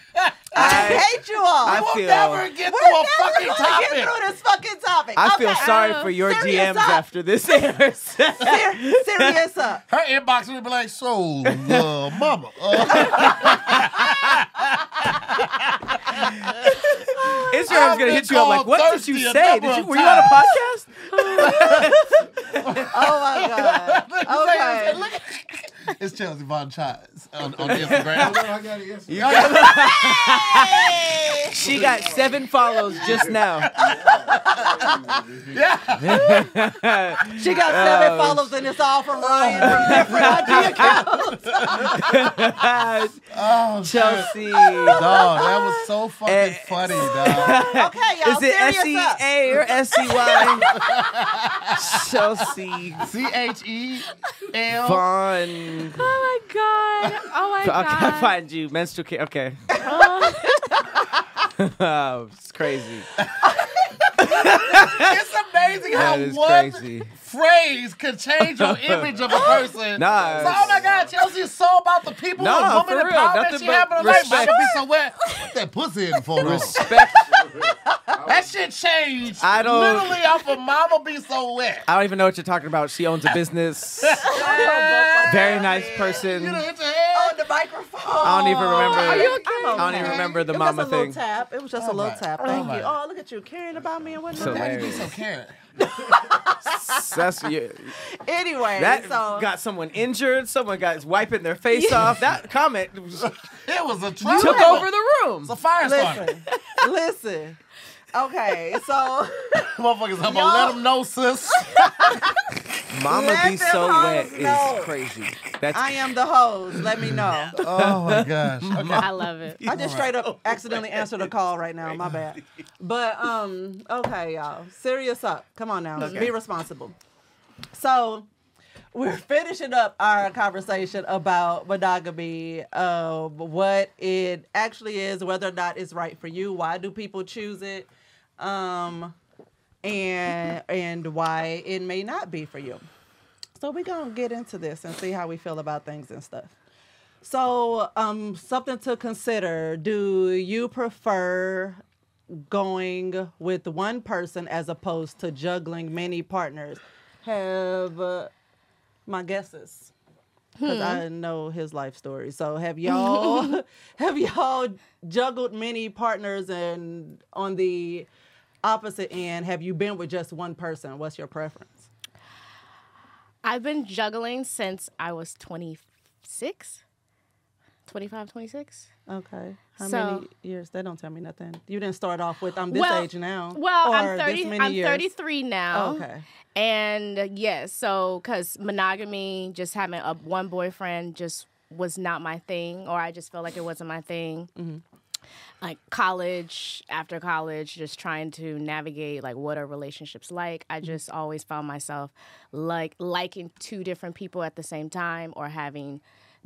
S1: I,
S3: I-
S1: hate you all.
S3: I
S2: We'll
S3: feel-
S2: never get
S1: We're
S2: through a
S1: never
S2: fucking
S1: gonna get
S2: topic.
S1: through this fucking topic.
S3: I feel
S1: Okay.
S3: sorry
S4: uh,
S3: for your
S1: serious
S3: DMs
S1: up.
S3: after this airs.
S1: Ser- serious up.
S2: Her inbox would be like, so, uh, mama. Uh,
S3: Instagram's gonna
S2: been
S3: hit you up like,
S2: called
S3: what did you
S2: thirsty a
S3: say?
S2: number
S3: Did you,
S2: of
S3: were you on a podcast?
S1: Oh my god. Okay.
S2: it's Chelsea Von Chise on, on Instagram.
S5: I got it yesterday.
S2: Y'all got-
S3: She got seven follows just now.
S2: yeah.
S1: She got seven
S3: Oh,
S1: follows and it's all from Ryan from different IG accounts.
S2: Oh, shit.
S3: Chelsea.
S2: Dog, that was so fucking
S3: Eh.
S2: funny, dog.
S1: Okay, y'all.
S3: Is it S
S1: serious
S3: E
S1: up.
S3: A or S E Y? Chelsea
S2: C H E L.
S3: Vaughn.
S4: Oh my god. Oh my
S3: I'll, I'll
S4: god.
S3: find you. Menstrual care. Okay. oh, it's crazy.
S2: It's amazing how
S3: That is
S2: one
S3: crazy.
S2: phrase can change your image of a person.
S3: Nah,
S2: So, oh my God, Chelsea is so about the people
S3: Nah,
S2: and woman
S3: for real,
S2: empowerment
S3: nothing
S2: she
S3: but
S2: had in her life. I
S3: respect.
S2: could be so wet. What that pussy in for? though?
S3: Respect.
S2: That shit changed.
S3: I don't-
S2: Literally off of Mama Be So Wet.
S3: I don't even know what you're talking about. She owns a business. Very nice person.
S2: You know,
S3: I
S2: it's a head.
S1: On Oh, the microphone.
S3: don't even remember.
S1: Are you okay?
S3: I don't even remember the
S1: it
S3: mama
S1: was a little
S3: thing.
S1: tap. It was just a little
S2: my-
S1: tap.
S2: oh
S1: Thank
S2: my.
S1: you. Oh, look at you caring about me and whatnot.
S3: So-
S2: Daddy be so caring.
S3: That's you.
S1: anyway,
S3: That
S1: so
S3: got someone injured. Someone got wiping their face off. That comment was-
S2: It was a trauma.
S3: took over the room.
S2: It's a firestorm.
S1: listen, listen. Okay, so
S2: Motherfuckers, I'm gonna let them know, sis.
S3: Mama
S1: Let
S3: be
S1: them
S3: so
S1: hoes
S3: wet
S1: know.
S3: is crazy. That's
S1: I am the host. Let me know.
S2: Oh my gosh. Okay.
S4: I love it.
S1: I just straight up accidentally answered a call right now. My bad. But um, okay, y'all. Serious up. Come on now. Be responsible. So we're finishing up our conversation about monogamy, um, what it actually is, whether or not it's right for you, why do people choose it, um, and and why it may not be for you. So we're gonna get into this and see how we feel about things and stuff. So, um, something to consider. Do you prefer going with one person as opposed to juggling many partners? Have uh, my guesses. Because I know his life story. So have y'all have y'all juggled many partners and on the opposite end, have you been with just one person? What's your preference?
S4: I've been juggling since I was 26. 25, 26.
S1: Okay. How
S4: So-
S1: many years? They don't tell me nothing. You didn't start off with I'm um, this
S4: well,
S1: age now.
S4: Well,
S1: or
S4: I'm
S1: this
S4: 30.
S1: many
S4: I'm
S1: years. Oh,
S4: 33 now.
S1: Okay.
S4: And uh, yes, so because monogamy, just having a one boyfriend, just was not my thing, or I just felt like it wasn't my thing.
S1: Mm-hmm.
S4: Like college, after college, just trying to navigate like what are relationships like.
S1: Mm-hmm.
S4: I just always found myself like liking two different people at the same time, or having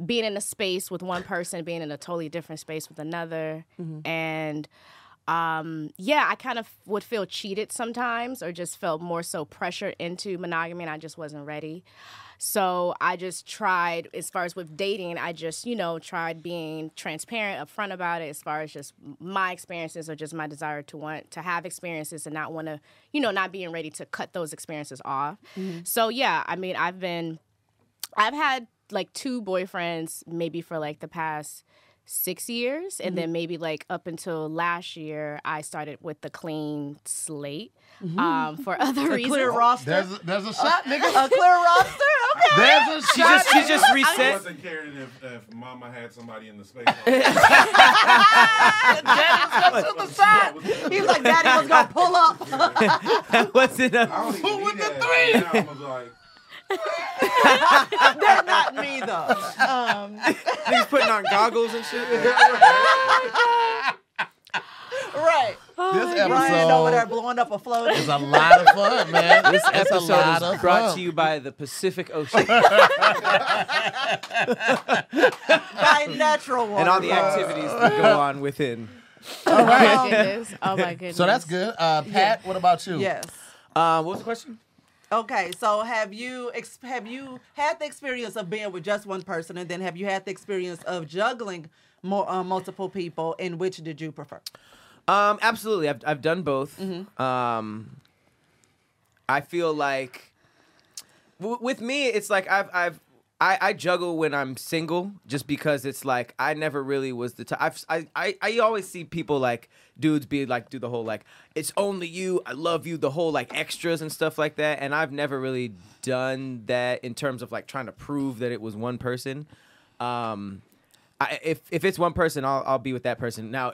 S4: being in a space with one person, being in a totally different space with another,
S1: Mm-hmm.
S4: and um, yeah, I kind of would feel cheated sometimes, or just felt more so pressured into monogamy, and I just wasn't ready. So I just tried, as far as with dating, I just, you know, tried being transparent, upfront about it, as far as just my experiences or just my desire to want to have experiences and not want to, you know, not being ready to cut those experiences off.
S2: Mm-hmm.
S4: So yeah, I mean, I've been I've had like two boyfriends maybe for like the past six years.
S2: Mm-hmm.
S4: And then maybe like up until last year, I started with the clean slate
S2: Mm-hmm.
S4: um, for other reasons.
S1: Clear roster.
S2: There's a, there's a shot, nigga.
S1: a clear roster. Okay.
S2: There's a
S3: She
S2: shot.
S3: just she just
S5: I
S3: reset.
S5: wasn't caring if, if Mama had somebody in the space.
S1: He was like, Daddy was gonna pull up.
S3: I wasn't. A,
S5: Who with the three? I was like,
S1: They're not me though. Um,
S3: he was putting on goggles and shit.
S1: right.
S2: This
S1: Ryan over there
S2: episode
S1: blowing up a float.
S2: is a lot of fun, man.
S3: This
S2: It's a lot
S3: episode
S2: of
S3: is brought
S2: fun.
S3: to you by the Pacific Ocean
S1: By natural water.
S3: and all the activities that go on within.
S1: All
S4: Oh my
S1: right.
S4: goodness. Oh my goodness.
S2: So that's good. Uh, Pat, what about you?
S1: yes.
S3: Uh, what was the question?
S1: Okay, so have you ex- have you had the experience of being with just one person, and then have you had the experience of juggling more uh, multiple people? And which did you prefer?
S3: Um, absolutely. I've I've done both. Um, I feel like w- with me, it's like I've I've I, I juggle when I'm single, just because it's like I never really was the type. I've, I, I I always see people like dudes be like do the whole like it's only you, I love you, the whole like extras and stuff like that, and I've never really done that in terms of like trying to prove that it was one person. Um, I, if if it's one person, I'll I'll be with that person. Now,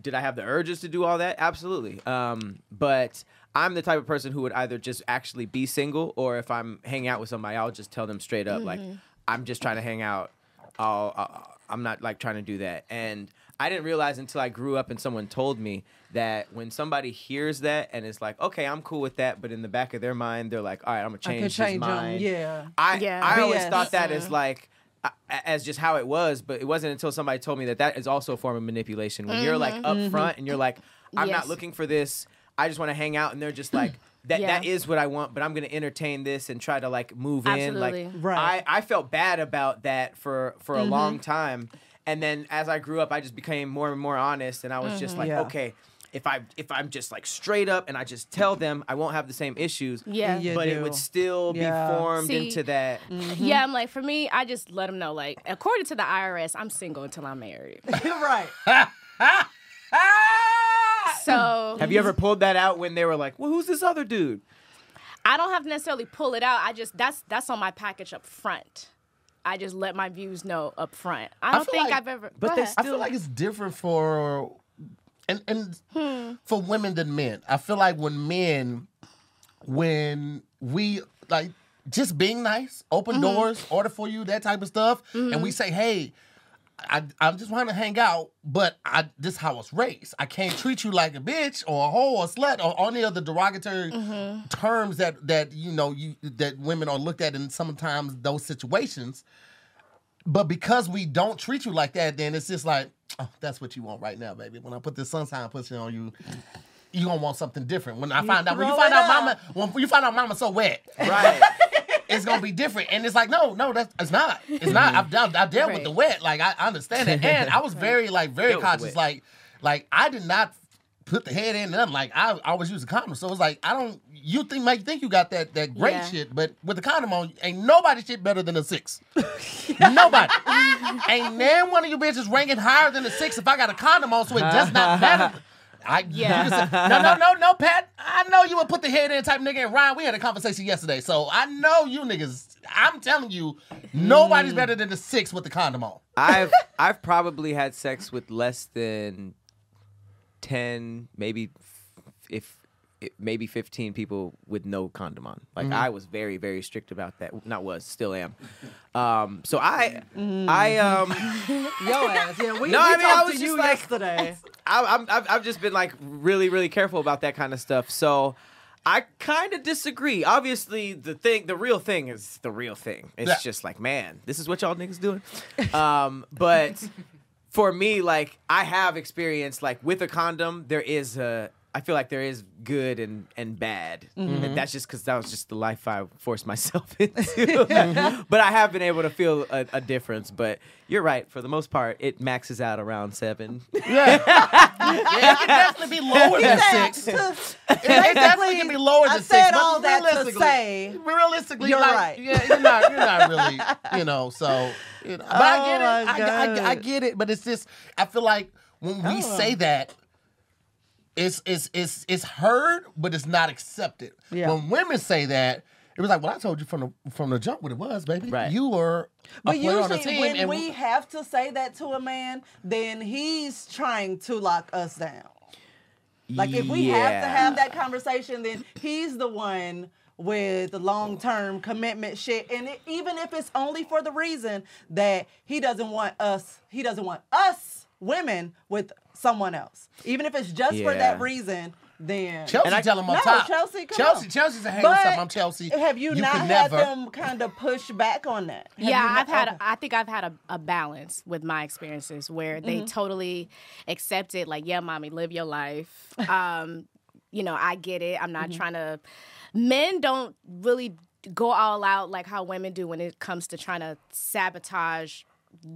S3: did I have the urges to do all that? Absolutely. Um, but I'm the type of person who would either just actually be single, or if I'm hanging out with somebody, I'll just tell them straight up, like
S1: Mm-hmm.
S3: I'm just trying to hang out. I'll, I'll I'm not like trying to do that. And I didn't realize until I grew up and someone told me that when somebody hears that and it's like, okay, I'm cool with that, but in the back of their mind, they're like, all right, I'm gonna
S1: I
S3: change,
S1: could change
S3: his
S1: 'em,
S3: mind.
S1: Yeah.
S3: I
S4: Yeah. Mm-hmm.
S3: I always
S1: BS.
S3: thought that as like a- as just how it was, but it wasn't until somebody told me that that is also a form of manipulation. When you're like up front and you're like, I'm not
S4: Mm-hmm. Yes.
S3: looking for this. I just want to hang out, and they're just like. That,
S4: Yeah.
S3: that is what I want, but I'm gonna entertain this and try to like move in.
S4: Absolutely.
S3: Like
S1: Right.
S3: I, I felt bad about that for for a long
S4: Mm-hmm.
S3: time, and then as I grew up, I just became more and more honest, and I was
S4: Mm-hmm.
S3: just like,
S1: Yeah.
S3: okay, if I if I'm just like straight up and I just tell them, I won't have the same issues.
S4: Yeah.
S1: You
S3: but it
S1: do.
S3: would still
S1: Yeah.
S3: be formed
S4: See,
S3: into that.
S4: Yeah, I'm like, for me, I just let them know, like, according to the IRS, I'm single until I'm married.
S1: You're right.
S2: Ah!
S4: So
S3: Have you ever pulled that out when they were like, "Well, who's this other dude?"
S4: I don't have to necessarily pull it out. I just that's that's on my package up front. I just let my views know up front. I don't
S2: feel
S4: think
S2: like-
S4: I've ever.
S3: but
S4: go
S3: they
S4: ahead.
S2: I feel like it's different for and and for women than men. I feel like when men, when we like just being nice, open doors, order for you, that type of stuff, and we say, hey. I, I'm just want to hang out, but I this is how I was raised. I can't treat you like a bitch or a hoe or slut or any other derogatory terms that that you know you that women are looked at in sometimes those situations. But because we don't treat you like that, then it's just like, oh, that's what you want right now, baby. When I put this sunshine pussy on you, you gonna want something different. When I find out, when you
S1: throw
S2: find
S1: it
S2: out,
S1: up.
S2: mama, when you find out, mama, so wet,
S3: Right.
S2: it's gonna be different. And it's like, no, no, that's it's not. It's not. I've dealt, I dealt with the wet. Like I, I understand it. And I was very like very
S3: Dealt with
S2: conscious.
S3: wet.
S2: Like like I did not put the head in nothing. Like I, I always use a condom. So it's like I don't. You think might think you got that that great
S4: Yeah.
S2: shit, but with the condom on, ain't nobody shit better than a six. nobody. ain't none one of you bitches ranking higher than a six if I got a condom on. So it does not matter. I,
S4: Yeah.
S2: yeah. no, no, no, no, Pat. I know you would put the head in type nigga. And Ryan, we had a conversation yesterday, so I know you niggas. I'm telling you, nobody's better than the six with the condom on.
S3: I've I've probably had sex with less than ten, maybe f- if if- maybe fifteen people with no condom on. Like I was very very strict about that. Not was, still am. Um, so I I um
S6: Yo ass. Yeah, we, we
S3: No, I mean, I
S6: talked
S3: was
S6: to
S3: just
S6: you
S3: like-
S6: yesterday.
S3: I, I'm I've, I've just been like really really careful about that kind of stuff. So. I kind of disagree. Obviously, the thing, the real thing is the real thing. It's
S2: Yeah.
S3: just like, man, this is what y'all niggas doing. Um, but for me, like I have experienced like with a condom, there is a. I feel like there is good and and bad. And that's just because that was just the life I forced myself into. but I have been able to feel a, a difference. But you're right. For the most part, it maxes out around seven.
S2: It can definitely be lower than six. It definitely can be lower
S1: I
S2: than six.
S1: said
S2: but
S1: all that to
S2: realistically-
S1: say
S2: realistically,
S1: you're
S2: like,
S1: right.
S2: Yeah, you're not, you're not really, you know. So, you know, but
S1: Oh,
S2: I
S1: my
S2: get it. I- I, I
S1: God. Oh.
S2: get it. But it's just, I feel like when we say that, it's it's it's it's heard, but it's not accepted.
S1: Yeah.
S2: When women say that. It was like, well, I told you from the from the jump what it was, baby.
S3: Right.
S2: You were a
S1: But
S2: player on the
S1: usually,
S2: team,
S1: when
S2: and
S1: we have to say that to a man, then he's trying to lock us down. Like if we have to have that conversation, then he's the one with the long-term commitment shit. And it, even if it's only for the reason that he doesn't want us, he doesn't want us women with someone else. Even if it's just for that
S3: Yeah.
S1: reason, then
S2: Chelsea
S3: And I-
S2: tell him I'm
S1: No,
S2: top.
S1: Chelsea, come
S2: Chelsea,
S1: on.
S2: Chelsea said, hey,
S1: But
S2: what's up? I'm Chelsea.
S1: Have you,
S2: can
S1: not had
S2: never-
S1: them kind of push back on that? Have
S4: yeah,
S1: you not-
S4: I've had.
S1: okay.
S4: I think I've had a, a balance with my experiences where
S1: Mm-hmm.
S4: they totally accepted, like, yeah, mommy, live your life. Um, you know, I get it. I'm not
S1: Mm-hmm.
S4: trying to. Men don't really go all out like how women do when it comes to trying to sabotage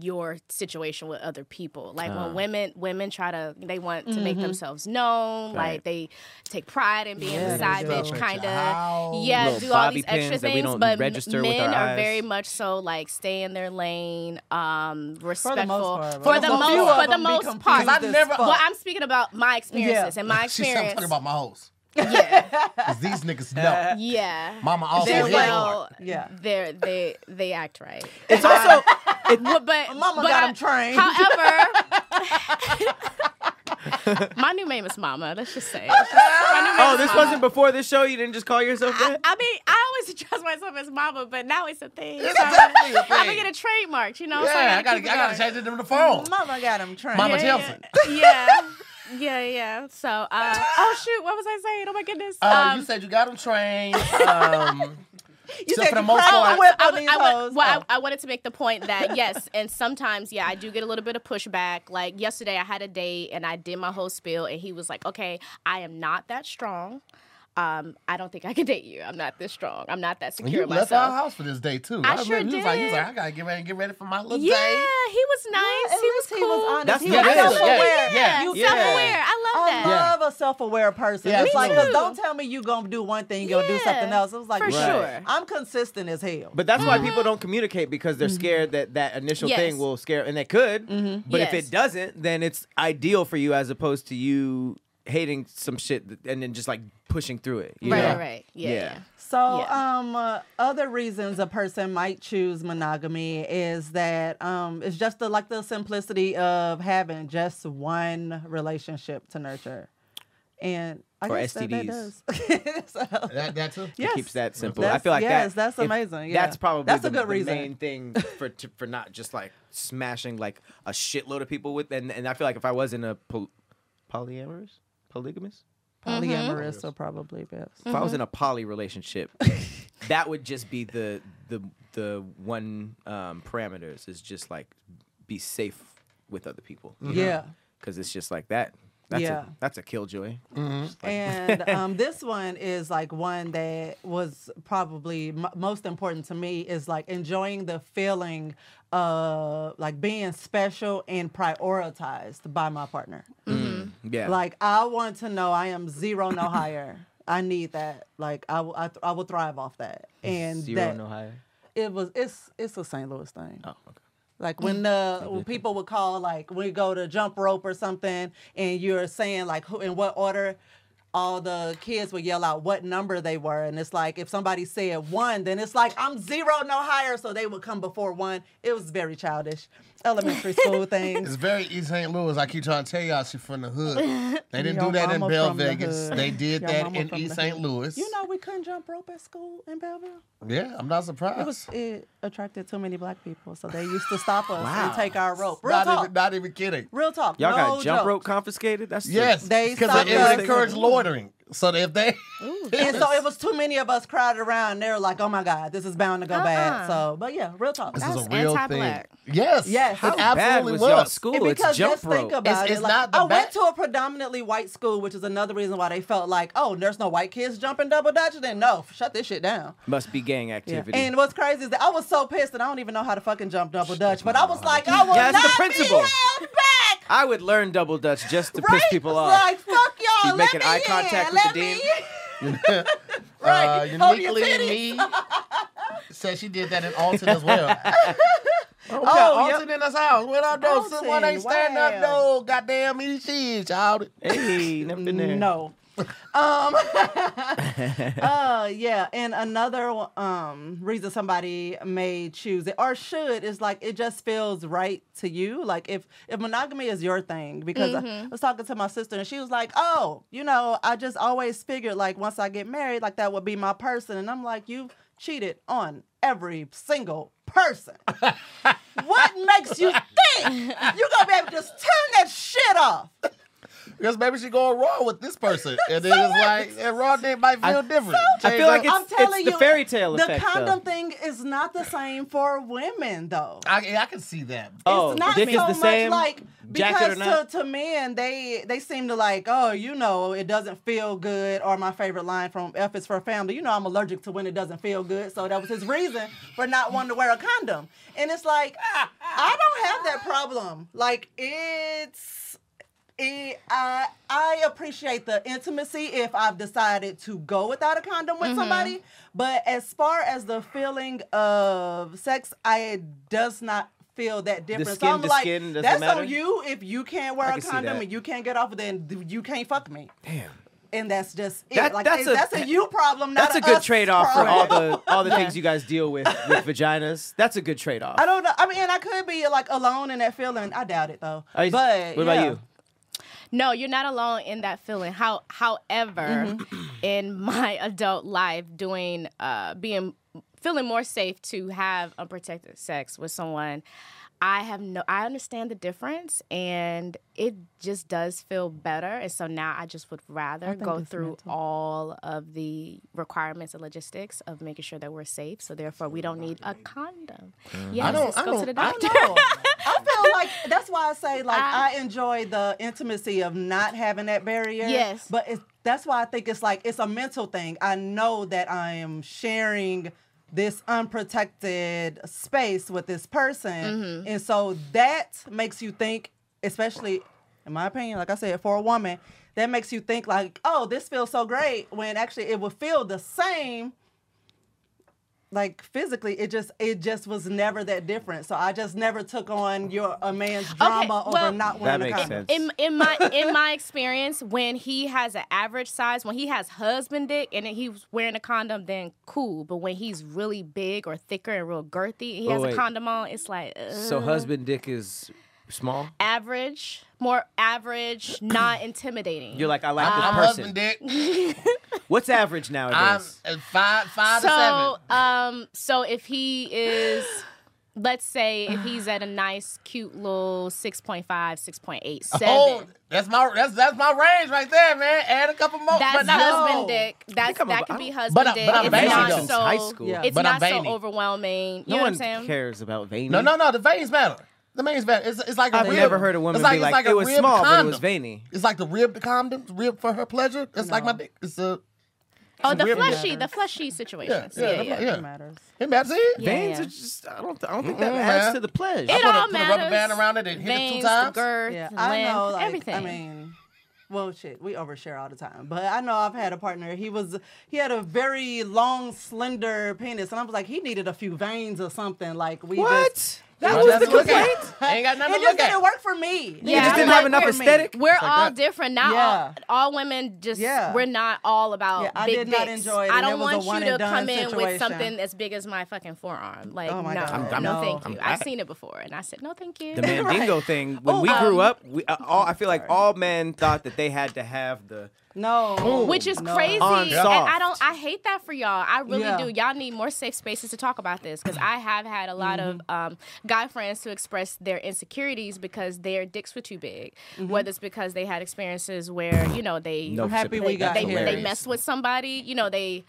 S4: your situation with other people. Like
S1: Ah.
S4: when women women try to they want to
S1: Mm-hmm.
S4: make themselves known, like they take pride in being the side
S2: Yourself
S4: bitch
S2: at
S4: kind
S2: your
S4: of.
S2: house.
S4: Yeah,
S3: Little
S4: do all
S3: bobby
S4: these extra
S3: pins that we
S4: things,
S3: don't
S4: but
S3: register with our
S4: men are
S3: eyes.
S4: very much so like stay in their lane, um, respectful
S1: part, right?
S4: for
S1: A
S4: the
S1: few of
S4: most for the
S1: them be
S4: most
S1: confused
S4: part.
S2: I've
S1: as
S2: never-
S1: fuck.
S4: Well, I'm speaking about my experiences and my
S2: She said, I'm
S4: experience.
S2: talking about my hoes. Yeah. these niggas know.
S4: yeah.
S2: Mama also
S4: They're
S2: hit
S4: well,
S2: hard.
S1: Yeah.
S4: they're they they act right.
S3: It's also
S4: But, but
S1: Mama
S4: but
S1: got
S4: I-
S1: 'em trained.
S4: However, my new name is Mama. Let's just say. Let's just-
S3: oh, this wasn't before this show. You didn't just call yourself
S4: I,
S3: that.
S4: I mean, I always address myself as Mama, but now it's a thing.
S2: It's
S4: So
S2: definitely a
S4: I'm
S2: thing.
S4: gonna get a trademark. You know, so
S2: Yeah, I gotta, I
S4: gotta keep it
S2: gotta
S4: going.
S2: change it to the phone.
S1: Mama got him trained.
S2: Mama
S4: yeah,
S2: Chelsea.
S4: Yeah. Yeah, yeah. So, uh, oh shoot, what was I saying? Oh my goodness.
S2: Uh,
S4: Um,
S2: you said you got them trained. Um,
S1: You
S2: So
S1: said
S2: for the
S1: you
S2: most
S1: cried
S2: part-
S1: the whip
S4: I
S1: on
S4: w-
S1: these
S4: I wa-
S1: hoes.
S4: well,
S2: Oh.
S4: I, I wanted to make the point that yes, and sometimes yeah, I do get a little bit of pushback. Like yesterday, I had a date and I did my whole spiel, and he was like, "Okay, I am not that strong. Um, I don't think I could date you. I'm not this strong. I'm not that
S2: and
S4: secure
S2: you
S4: of
S2: left our
S4: myself."
S2: house for this day too.
S4: I sure
S2: remember you was like, you was
S4: did.
S2: like, I gotta get ready, get ready for my little
S4: Yeah,
S2: day.
S4: he was nice.
S1: at
S4: he was
S1: least
S4: cool.
S1: he was honest.
S3: That's
S1: he
S3: what
S1: was
S3: it is.
S1: self-aware.
S2: Yeah, yeah,
S1: You
S4: yeah. self-aware.
S1: self-aware.
S4: I love
S1: I
S4: that.
S1: love a self-aware person.
S2: Yeah,
S1: it's like,
S2: absolutely.
S1: cause don't tell me you gonna do one thing, you're gonna do
S4: Yeah,
S1: something else. It was like,
S4: for
S1: yeah,
S4: sure.
S1: I'm consistent as hell.
S3: But that's why
S1: Mm-hmm.
S3: people don't communicate because they're scared that that initial
S4: Yes.
S3: thing will scare, and they could.
S1: Mm-hmm.
S3: But if
S4: Yes.
S3: it doesn't, then it's ideal for you as opposed to you hating some shit th- and then just like pushing through it. you
S4: Right,
S3: know?
S4: right, right. Yeah,
S3: Yeah.
S4: yeah.
S1: So,
S4: Yeah.
S1: um, uh, other reasons a person might choose monogamy is that um, it's just the, like the simplicity of having just one relationship to nurture, and I
S3: Or
S1: guess that, that
S3: STDs.
S1: does. So-
S2: That, that too.
S1: yes.
S3: Keeps that simple. I
S1: That's-
S3: feel like
S1: yes,
S3: that-
S1: that's
S3: if-
S1: amazing,
S3: That's
S1: yeah.
S3: probably
S1: That's
S3: the,
S1: a good
S3: the
S1: reason.
S3: main thing for to, for not just like smashing like a shitload of people with. And and I feel like if I wasn't a pol- polyamorous, polygamous,
S4: Mm-hmm.
S1: polyamorous
S3: Mm-hmm.
S1: will probably best.
S3: if I was in a poly relationship, that would just be the the the one um, parameters is just like be safe with other people.
S1: Yeah.
S3: because it's just like that. That's
S1: Yeah.
S3: a that's a killjoy.
S2: Mm-hmm.
S1: and um, this one is like one that was probably m- most important to me is like enjoying the feeling of like being special and prioritized by my partner.
S3: Yeah,
S1: Like I want to know I am zero no higher. I need that. Like I will- I th- I will thrive off that. And
S3: zero
S1: that
S3: no higher.
S1: it was it's it's a St. Louis thing.
S3: Oh, okay.
S1: Like when the when people would call, like we go to jump rope or something, and you're saying like who in what order. all the kids would yell out what number they were. And it's like if somebody said one, then it's like I'm zero, no higher. So they would come before one. It was very childish. Elementary school
S2: It's
S1: things.
S2: very East St. Louis. I keep trying to tell y'all she from the hood. They didn't
S1: Your
S2: do that in
S1: mama
S2: Bell
S1: from the
S2: Vegas.
S1: hood.
S2: They did
S1: Your
S2: that
S1: mama
S2: in
S1: from
S2: East
S1: the
S2: St.
S1: hood.
S2: Louis.
S1: You know, we couldn't jump rope at school in Belleville.
S2: yeah, I'm not surprised.
S1: It was it attracted too many black people, so they used to stop us
S3: Wow.
S1: and take our rope. Real
S2: not
S1: talk.
S2: even not even kidding.
S1: Real talk.
S3: Y'all
S1: no
S3: got jump
S1: joke.
S3: rope confiscated? That's the-
S2: Yes,
S1: They
S2: because
S1: stopped
S2: it, it
S1: us.
S2: encouraged loitering. So that if they
S1: And so it was too many of us crowded around. They were like, "Oh my God, this is bound to
S2: Uh-uh.
S1: go bad." So, but yeah, real talk.
S2: this is
S4: That's
S2: a real thing.
S4: anti-black.
S2: Yes,
S1: Yes.
S2: it
S1: How
S3: How bad
S2: absolutely
S3: was
S2: was.
S3: y'all school?
S1: And because
S3: it's jump
S1: just
S3: rope.
S1: think about
S2: It's-
S1: it.
S2: it's
S1: like,
S2: not the
S1: I went
S2: back-
S1: to a predominantly white school, which is another reason why they felt like, oh, there's no white kids jumping double dutch. Then no, shut this shit down.
S3: Must be gang activity.
S1: And what's crazy is that I was so pissed that I don't even know how to fucking jump double dutch. But I was like, I will
S3: Yeah, it's
S1: not
S3: the principle.
S1: be held back.
S3: I would learn double dutch just to
S1: Right?
S3: piss people off.
S1: Like fuck y'all.
S3: You
S1: let
S3: making
S1: me
S3: eye
S1: in,
S3: contact with
S1: let
S3: the
S1: me
S3: dean?
S1: in.
S2: Uh,
S1: Right. Oh, Hold your
S2: uniquely me said she did that in Alton as well. Oh, we got
S1: Oh, yep.
S2: Alton in us house. When I know
S1: Alton,
S2: someone ain't stand up,
S1: wow.
S2: no goddamn me shit, child.
S3: hey, never been there.
S1: No. Um. uh. Yeah. And another um reason somebody may choose it or should is like it just feels right to you. Like if if monogamy is your thing, because I was talking to my sister and she was like, "Oh, you know, I just always figured like once I get married, like that would be my person." And I'm like, "You cheated on every single person." what makes you think you're gonna be able to just turn that shit off?
S2: Because maybe she going raw with this person, and then it's like and raw dick might feel different.
S3: I feel like
S2: Change up.
S3: it's,
S1: I'm telling
S3: it's the
S1: you,
S3: fairy tale
S1: the
S3: effect. though.
S1: condom thing is not the same for women though.
S2: I, I can see that.
S3: Oh,
S1: it's not
S3: dick
S1: so
S3: is the
S1: much
S3: same.
S1: like
S3: jacket or
S1: because
S3: not?
S1: to, to men they they seem to like oh you know it doesn't feel good or my favorite line from F is for family you know I'm allergic to when it doesn't feel good so that was his reason for not wanting to wear a condom and it's like I don't have that problem like it's it, I I appreciate the intimacy if I've decided to go without a condom
S3: Mm-hmm.
S1: with somebody, but as far as the feeling of sex, I does not feel that different.
S3: skin
S1: so I'm
S3: to
S1: like,
S3: skin doesn't
S1: that's
S3: matter?
S1: on you. If you can't wear
S3: I
S1: a
S3: can see
S1: condom
S3: that.
S1: and you can't get off, then you can't fuck me.
S3: Damn.
S1: And that's just it.
S3: That-
S1: like
S3: that's
S1: that's,
S3: a-
S1: a, that's a you problem. Not
S3: That's a good
S1: us
S3: trade off for all
S1: problem.
S3: the all the things you guys deal with with vaginas. That's a good trade off.
S1: I don't know. I mean, and I could be like alone in that feeling. I doubt it though.
S3: Are you-
S1: but
S3: what about
S1: yeah.
S3: you?
S4: No, you're not alone in that feeling. How, however,
S2: Mm-hmm.
S4: in my adult life, doing, uh, being, feeling more safe to have unprotected sex with someone, I have no, I understand the difference, and it just does feel better. And so now I just would rather go through all of the requirements and logistics of making sure that we're safe. So therefore, we don't need a condom. Yes,
S2: Mm. I don't.
S4: let's
S2: I
S4: go
S2: don't.
S4: to the
S2: I
S4: doctor.
S2: know.
S1: I feel like that's why I say like
S4: I-
S1: I, enjoy the intimacy of not having that barrier.
S4: Yes.
S1: but it's, that's why I think it's like it's a mental thing. I know that I am sharing this unprotected space with this person, and so that makes you think, especially in my opinion, like I said, for a woman, that makes you think like, oh, this feels so great when actually it would feel the same like physically it just it just was never that different so i just never took on your a man's drama
S4: well-
S1: over not
S3: That
S1: wanting to
S3: makes
S1: come
S3: sense.
S4: in, in my in my experience, when he has an average size, when he has husband dick and then he's wearing a condom, then cool. But when he's really big or thicker and real girthy, he
S3: Wait,
S4: has
S3: wait.
S4: a condom on. It's like uh,
S3: So husband dick is small.
S4: average, more average, not intimidating.
S3: You're like I like
S2: I'm
S3: this
S2: husband
S3: person.
S2: dick.
S3: What's average
S2: I'm
S3: nowadays?
S2: uh, five, five to seven.
S4: so um so if he is. Let's say if he's at a nice, cute little 6.5, 6.8, 7.
S2: Oh, that's my that's that's my range right there, man. Add a couple more.
S4: That's
S2: but not-
S4: husband dick. That's,
S3: I'm a-
S4: that could be
S3: I'm-
S4: husband
S2: but I-
S4: dick.
S2: but I'm
S4: it's
S2: basic
S4: not
S2: though.
S4: so
S3: High school.
S1: Yeah.
S4: It's
S2: But I'm
S4: not so
S2: veiny.
S4: overwhelming. You
S3: no
S4: know what
S3: one
S4: I'm saying?
S3: cares about veiny.
S2: No, no, no. The veins matter. The veins matter. It's, it's like a
S3: I've
S2: rib-
S3: never heard a woman
S2: it's like, it's
S3: be like,
S2: like a
S3: it was
S2: rib
S3: small, but it was
S2: condom.
S3: veiny.
S2: It's like the rib condom, rib for her pleasure. It's like my dick. It's a
S4: Oh, the
S2: Weird
S4: fleshy,
S1: matters.
S4: the fleshy situations.
S2: Yeah,
S4: Yeah, yeah.
S2: yeah.
S1: It matters
S2: it matters. It.
S4: Yeah,
S3: Veins
S4: yeah.
S3: are just I don't th- I don't think
S2: Mm-mm,
S3: that adds
S2: man.
S3: to the pleasure.
S4: It
S2: put a-
S4: all
S2: put a
S4: matters.
S2: rubber band around it and hit it two
S4: Veins,
S2: times.
S4: The girth,
S1: yeah i
S4: length,
S1: know like,
S4: everything.
S1: i mean well shit we overshare all the time but i know i've had a partner he was he had a very long slender penis and i was like he needed a few veins or something like we
S3: what?
S1: just
S3: that
S2: Well,
S3: was
S2: that's
S3: the
S2: what-
S3: complaint.
S2: Ain't got nothing
S1: it
S2: to
S1: just
S2: look
S1: didn't
S2: at.
S1: work for me.
S4: Yeah,
S3: just didn't have
S1: Like,
S3: enough
S1: with me.
S3: aesthetic.
S4: We're all
S2: that.
S4: different. Not
S1: Yeah.
S4: all, all women just
S1: Yeah.
S4: we're not all about
S1: Yeah, I
S4: big
S1: did not
S4: dicks.
S1: enjoy it,
S4: I
S1: and it
S4: don't
S1: was a
S4: want
S1: one
S4: you to
S1: and done
S4: come in with
S1: situation.
S4: something as big as my fucking forearm. Like
S1: Oh my
S4: no,
S1: God. I'm-
S4: no,
S1: I'm-
S4: thank
S1: no.
S4: you.
S3: I'm-
S4: I've seen it before and I said no thank you.
S3: The Mandingo thing. When
S1: Oh,
S3: we
S1: um,
S3: grew up, we, uh, all, I feel like all men thought that they had to have the.
S6: No.
S4: which is
S6: No.
S4: crazy.
S3: On
S4: And
S3: soft.
S4: I don't. I hate that for y'all. I really
S1: Yeah.
S4: do. Y'all need more safe spaces to talk about this because I have had a lot of um, guy friends who express their insecurities because their dicks were too big. Whether it's because they had experiences where you know they
S3: No.
S1: I'm happy we
S4: they,
S1: got
S4: they,
S1: here.
S4: they messed with somebody. You know they.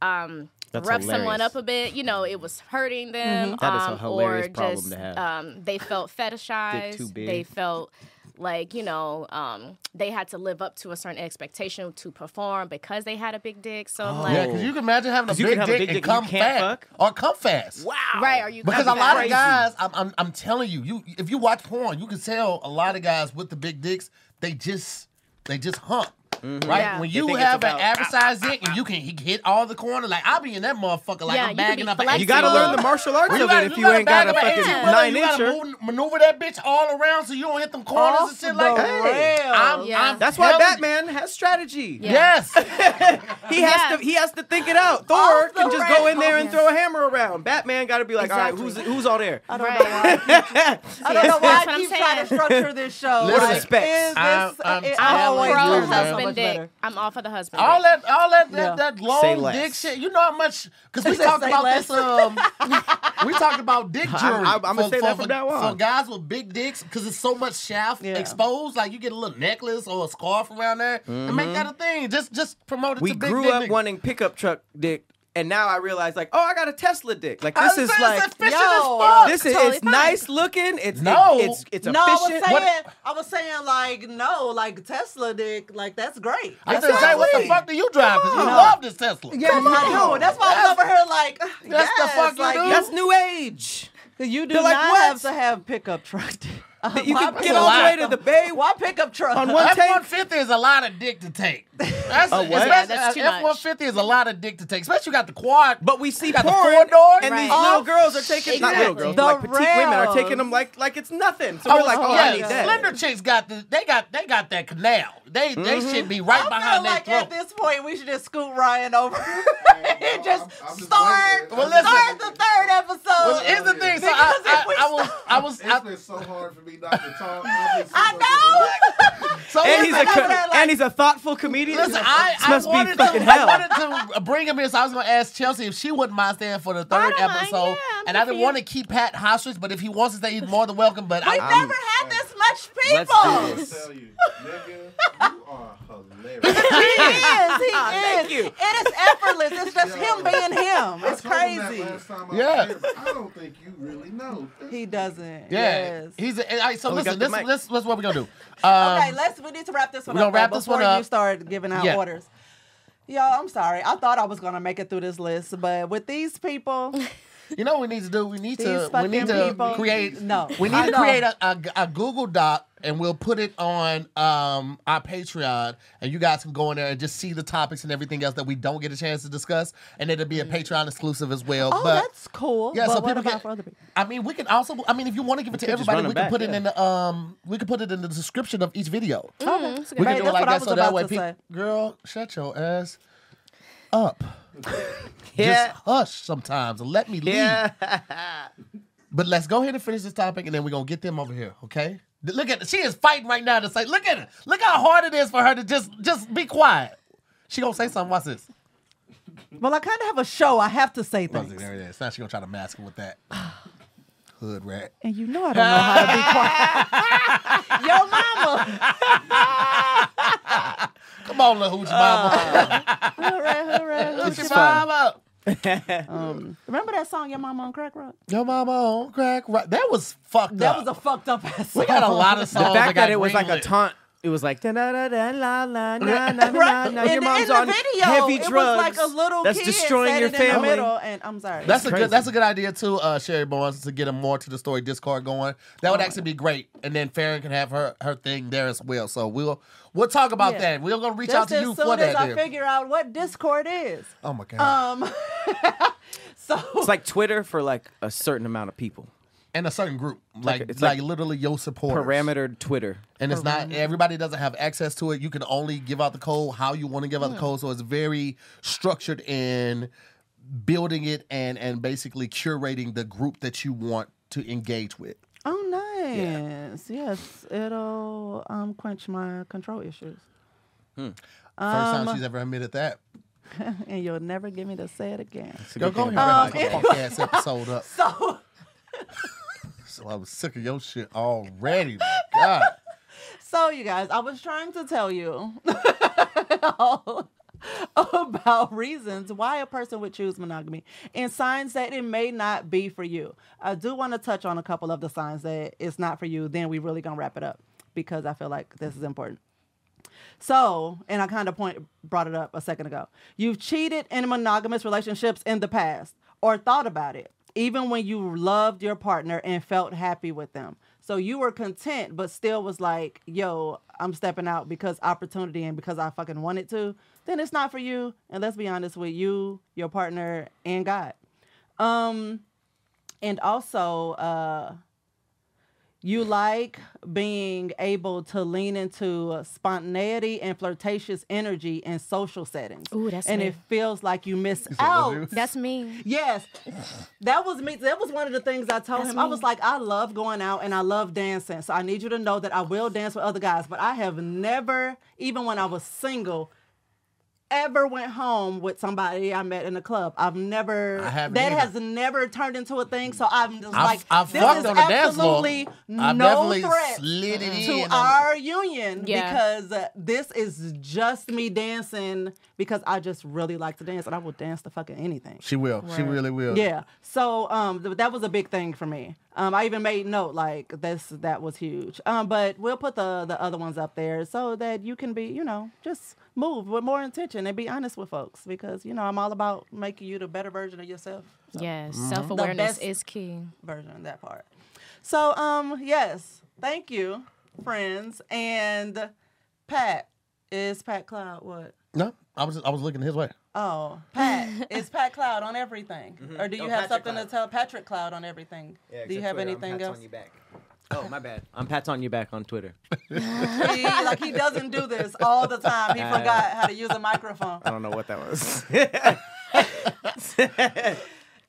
S4: Um,
S3: That's
S4: rough someone
S3: hilarious.
S4: up a bit, you know, it was hurting
S1: Mm-hmm.
S4: them.
S3: That is a
S4: um,
S3: hilarious
S4: or
S3: problem
S4: just,
S3: to have.
S4: Um, they felt fetishized.
S3: too big.
S4: They felt like you know um, they had to live up to a certain expectation to perform because they had a big dick. So I'm
S2: Yeah,
S4: like,
S2: because you can imagine having a
S3: Oh. 'Cause you
S2: big
S3: can have a
S2: dick
S3: big
S2: and
S3: dick and you
S2: come
S3: can't
S2: fat
S3: fuck?
S2: or come fast.
S3: Wow.
S4: right? Are you
S2: Because a
S4: coming
S2: lot
S4: back?
S2: of guys, I'm, I'm, I'm telling you, you if you watch porn, you can tell a lot of guys with the big dicks, they just they just hump. Right
S4: Mm-hmm. Yeah.
S2: when
S4: They
S2: you
S3: think it's
S2: have
S3: about,
S2: an
S4: ah,
S2: average size dick and you can he- hit all the corner, like I'll be in that motherfucker, like
S4: Yeah,
S2: I'm
S4: you can
S2: bagging
S4: be
S2: up. an
S4: flexible.
S3: You gotta learn the
S4: Well,
S3: martial arts of
S2: gotta-
S3: it if
S2: you
S3: you
S2: gotta
S3: ain't got a
S2: bag up an
S3: fucking
S2: inch, brother.
S3: nine
S2: You gotta
S3: incher.
S2: move- maneuver that bitch all around so you don't hit them corners
S1: Off
S2: and shit
S1: the
S2: like that.
S1: rails.
S2: I'm,
S4: Yeah.
S2: I'm
S3: That's why
S2: telling you-
S3: Batman has strategy.
S4: Yeah.
S2: Yes,
S3: He has
S4: Yeah.
S3: to he has to think it out. Thor
S1: the
S3: can just go in there and
S4: rails.
S3: throw a hammer around. Batman got to be like, all right, who's
S1: Exactly.
S3: who's all there?
S2: Uh,
S1: I don't
S4: Right.
S1: know why. I don't know why
S4: That's what
S1: I
S4: I'm
S1: keep trying to
S4: saying.
S1: structure this show.
S2: Listen,
S1: like,
S3: Respect.
S1: Is this,
S2: I'm- I'm
S1: it,
S2: telling
S1: I
S4: I'm
S1: always
S2: you,
S4: pro
S2: man.
S1: do that.
S2: So
S4: husband dick. I'm all for the husband.
S2: all
S4: dick.
S2: that, all that,
S1: Yeah.
S2: that, that
S3: Say
S2: long
S3: less.
S2: dick shit. You know how much? Because we
S1: Say-
S2: talked
S1: say
S2: about
S1: less.
S2: this. Um, we talked about dick jury.
S3: I'm- I'm gonna
S2: for-
S3: say
S2: for-
S3: that from
S2: for-
S3: now on.
S2: For guys with big dicks, because it's so much shaft
S1: Yeah.
S2: exposed. Like you get a little necklace or a scarf around there, and make that a thing. Just, just promote it
S3: Mm-hmm. We
S2: to big
S3: grew
S2: dick
S3: up
S2: niggas.
S3: wanting pickup truck dick, and now I realize like, oh, I got a Tesla dick. Like
S2: I
S3: this
S2: was
S3: is
S2: saying,
S3: like
S2: it's efficient
S1: yo,
S2: as fuck.
S3: this is
S4: Totally
S3: it's
S4: fine.
S3: nice looking. It's
S2: No.
S3: it- it's it's
S1: No, I was
S3: efficient.
S1: saying,
S2: What-
S1: I was saying like no, like Tesla dick, like that's great.
S2: I said, say, what the
S1: Exactly.
S2: fuck do you drive? Because you
S1: Come on.
S2: love this Tesla.
S6: Yeah,
S1: Come on,
S6: no.
S1: dude. That's why I was over here like
S2: That's the
S1: yes,
S2: fuck you
S1: like,
S2: do.
S3: That's new age.
S1: You do
S3: They're like,
S1: not
S3: "What?"
S1: have to have pickup truck.
S3: That you
S1: Why
S3: can get
S1: pickup
S3: all the way to
S1: truck?
S3: the bay.
S1: Why pickup truck?
S3: On one-
S2: F
S3: take-
S2: one fifty is a lot of dick to take. That's
S3: A what?
S4: Yeah, that's too
S2: F one fifty is a lot of dick to take, especially you got the quad.
S3: But we see
S2: You got the
S3: porn,
S2: four door?
S3: and these
S1: Right.
S3: little girls are taking not little
S4: Exactly.
S3: girls,
S1: The
S3: but like petite women are taking
S1: rails.
S3: them like like it's nothing. So we're like, oh, I need that.
S2: Slender chicks got the they got they got that canal. They they
S3: Mm-hmm.
S2: should be right
S1: I feel
S2: behind
S1: like
S2: their
S1: at
S2: throat.
S1: this point we should just scoot Ryan over and just
S5: I'm- I'm just
S1: start,
S5: wondering.
S2: Well, listen.
S1: start the third episode.
S2: Well, here's the thing. So I,
S1: Because if
S2: I,
S1: we
S2: I was I was
S5: It's
S2: I,
S5: been so hard for me not to talk. I've been so
S1: I know.
S2: so
S3: and he's a
S2: listen,
S1: co-
S3: co-
S1: like-
S3: and he's a thoughtful comedian.
S2: Listen, I,
S3: This
S2: I,
S3: must be
S2: wanted
S3: fucking
S2: to,
S3: hell.
S2: I wanted to bring him in, so I was going to ask Chelsea if she wouldn't mind staying for the third
S4: don't mind,
S2: episode.
S4: yeah, I'm
S2: and
S4: good
S2: I
S4: for
S2: didn't
S4: you.
S2: want to keep Pat hostage, but if he wants to stay, he's more than welcome. But
S1: We
S2: I,
S3: I'm-
S1: never had this much
S3: Let's
S1: people.
S3: do
S5: I'll
S3: this.
S5: tell you, nigga, you are hilarious.
S1: He is. He is.
S3: Thank you.
S1: It is effortless. It's just
S5: Yo.
S1: him being him. It's
S5: I told him that
S1: crazy.
S5: last time I was
S2: Yeah.
S5: here, but I don't think you really know.
S1: He doesn't.
S2: yeah,
S1: Yes.
S2: he's a, all right, so
S3: Oh, we
S2: listen,
S3: got the
S2: this,
S3: mic.
S2: this, this is what we're going to do. Um,
S1: okay, let's. We need to wrap this one.
S2: we gonna
S1: up, though,
S2: wrap this one
S1: before You
S2: up.
S1: start giving out
S2: Yeah.
S1: orders. Yo, I'm sorry. I thought I was gonna make it through this list, but with these people, oh,
S2: You know what we need to do? We need
S1: these
S2: to we
S1: fucking
S2: need to
S1: people,
S2: create
S1: No,
S2: we
S1: I
S2: need to
S1: know.
S2: create a, a, a Google Doc and we'll put it on um, our Patreon and you guys can go in there and just see the topics and everything else that we don't get a chance to discuss and it'll be a Patreon exclusive as well.
S1: Mm. Oh,
S2: but
S1: that's cool.
S2: yeah,
S1: but
S2: so
S1: what
S2: people
S1: about
S2: can-
S1: for other people?
S2: I mean we can also I mean if you want to give it to
S3: could just
S2: everybody,
S3: run
S2: we
S3: them
S2: can put
S3: back,
S2: it in the um we can put it in the description of each video.
S1: Okay.
S2: We
S1: Hey,
S2: can do it
S1: Mm, that's
S2: like
S1: what I
S2: that
S1: was
S2: so that
S1: about
S2: way
S1: to
S2: people
S1: say.
S2: girl, shut your ass up.
S3: Yeah.
S2: Just hush sometimes and let me leave. But let's go ahead and finish this topic, and then we're gonna get them over here, okay? Th- Look at she is fighting right now to say, look at her, look how hard it is for her to just just be quiet. She gonna say something. Watch this.
S1: Well, I kind of have a show. I have to say
S2: Watch it,
S1: things,
S2: There it is. Now she gonna try to mask it with that hood rat.
S1: and you know I don't know how to be quiet. Yo, mama.
S2: Come on, little hoochie mama.
S1: Hooray, hooray, hooray.
S2: hoochie
S3: fun.
S2: mama.
S1: Um, remember that song, Your Mama on Crack Rock?
S2: Your mama on crack. Right. That was fucked
S1: That
S2: up.
S1: was a fucked up ass song.
S2: we got a lot of
S3: The
S2: songs.
S3: fact
S2: got
S3: that it was like a
S2: greenlit.
S3: taunt. It was like da da da da la la na na na
S1: Right.
S3: na.
S1: in,
S3: Your
S1: the-
S3: mom's
S1: in the
S3: on
S1: video,
S3: heavy
S1: it
S3: drugs.
S1: was like a little
S3: That's
S1: kid
S3: destroying
S1: sat
S3: your
S1: it
S3: family.
S1: In the middle, and I'm sorry.
S2: That's a
S3: crazy.
S2: good. That's a good idea too, uh, Sherry Barnes, to get them more to the story Discord going. That would actually be great, and then Farron can have her her thing there as well. So we'll we'll talk about
S1: Yeah.
S2: that. We're gonna reach
S1: Just
S2: out to
S1: as
S2: you
S1: soon
S2: for
S1: as
S2: that.
S1: I
S2: there.
S1: figure out what Discord is.
S2: oh my god!
S1: Um, so
S3: It's like Twitter for like a certain amount of people.
S2: and a certain group, like like,
S3: it's like
S2: literally your supporters.
S3: Parametered Twitter.
S2: and it's not everybody doesn't have access to it. You can only give out the code how you want to give out the code, so it's very structured in building it and and basically curating the group that you want to engage with.
S1: Oh, nice. Yes, it'll um, quench my control issues.
S2: First
S1: Um,
S2: time she's ever admitted that.
S1: And you'll never get me to say it again.
S2: Girl, go ahead
S1: Um,
S2: and wrap this podcast episode up.
S1: So,
S2: So I was sick of your shit already. my God.
S1: so you guys, I was trying to tell you about reasons why a person would choose monogamy and signs that it may not be for you. I do want to touch on a couple of the signs that it's not for you. Then we really gonna wrap it up because I feel like this is important. So, and I kind of point brought it up a second ago. You've cheated in monogamous relationships in the past or thought about it, even when you loved your partner and felt happy with them. So you were content, but still was like, yo, I'm stepping out because opportunity and because I fucking wanted to, then it's not for you. And let's be honest with you, your partner, and God. Um, and also, uh, you like being able to lean into spontaneity and flirtatious energy in social settings.
S4: Ooh, that's
S1: and
S4: me.
S1: it feels like you miss out.
S4: That's me.
S1: Yes, that was me. That was one of the things I told
S4: That's
S1: him. I was
S4: me.
S1: like, I love going out and I love dancing. So I need you to know that I will dance with other guys, but I have never, even when I was single, ever went home with somebody I met in a club. I've never.
S2: I haven't
S1: that
S2: either.
S1: has never turned into a thing. So I'm just
S2: I-
S1: like,
S2: I
S1: this
S2: fucked
S1: is
S2: on the dance floor.
S1: absolutely
S2: I
S1: no
S2: definitely
S1: threat
S2: slid it
S1: to
S2: in.
S1: our union
S4: Yeah.
S1: because uh, this is just me dancing because I just really like to dance and I will dance to fucking anything.
S2: she will. She really will.
S1: Yeah. So um, th- that was a big thing for me. Um, I even made note like this. That was huge. Um, but we'll put the the other ones up there so that you can be, you know, just move with more intention and be honest with folks because you know I'm all about making you the better version of yourself. So,
S4: Yes,
S3: Mm-hmm.
S4: self awareness
S1: best-
S4: is key.
S1: Version that part. So um, yes, thank you, friends, and Pat is Pat Cloud what?
S2: No, I was I was looking his way.
S1: Oh, Pat. it's Pat Cloud on everything. Or do you
S3: Oh,
S1: have
S3: Patrick
S1: something
S3: Cloud.
S1: to tell Patrick Cloud on everything? do you have anything else?
S3: Oh, my bad. I'm Pat's on you back on Twitter.
S1: he, like he doesn't do this all the time. He forgot how to use a microphone.
S3: I don't know what that was.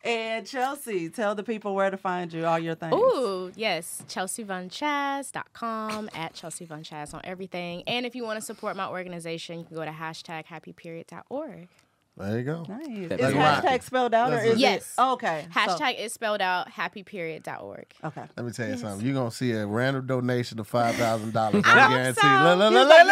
S1: And Chelsea, tell the people where to find you, all your things.
S4: Ooh, yes. ChelseaVonChaz.com at Chelsea Von Chaz on everything. And if you want to support my organization, you can go to hashtag happyperiod.org.
S2: There you go.
S1: Nice. Is
S3: That's
S1: hashtag
S2: right.
S1: spelled out or
S2: That's
S1: is
S2: it.
S4: Yes.
S1: it? Okay. so-
S4: Hashtag is spelled out happyperiod.org.
S1: okay.
S2: Let me tell you something. You're gonna see a random donation of five thousand dollars.
S4: hope
S2: I guarantee.
S4: so.
S2: Look, look, look,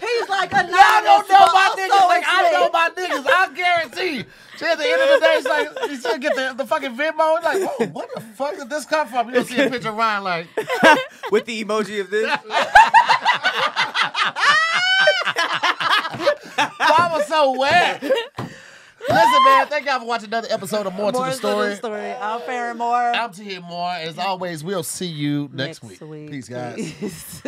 S1: He's like, He's
S2: look, look, look.
S1: like a
S2: I don't know my niggas. Like I know my niggas. I guarantee. She at the end of the day, she's like, you still get the, the fucking Venmo. Like, whoa, what the fuck did this come from? You don't see a picture of Ryan like,
S3: With the emoji of this.
S2: I was so wet. Listen, man, thank y'all for watching another episode of More, to the
S1: More
S2: Story.
S1: story. I'll fare more.
S2: I'm to hear more. As always, we'll see you next,
S1: Next
S2: week. Peace, guys.
S1: Peace.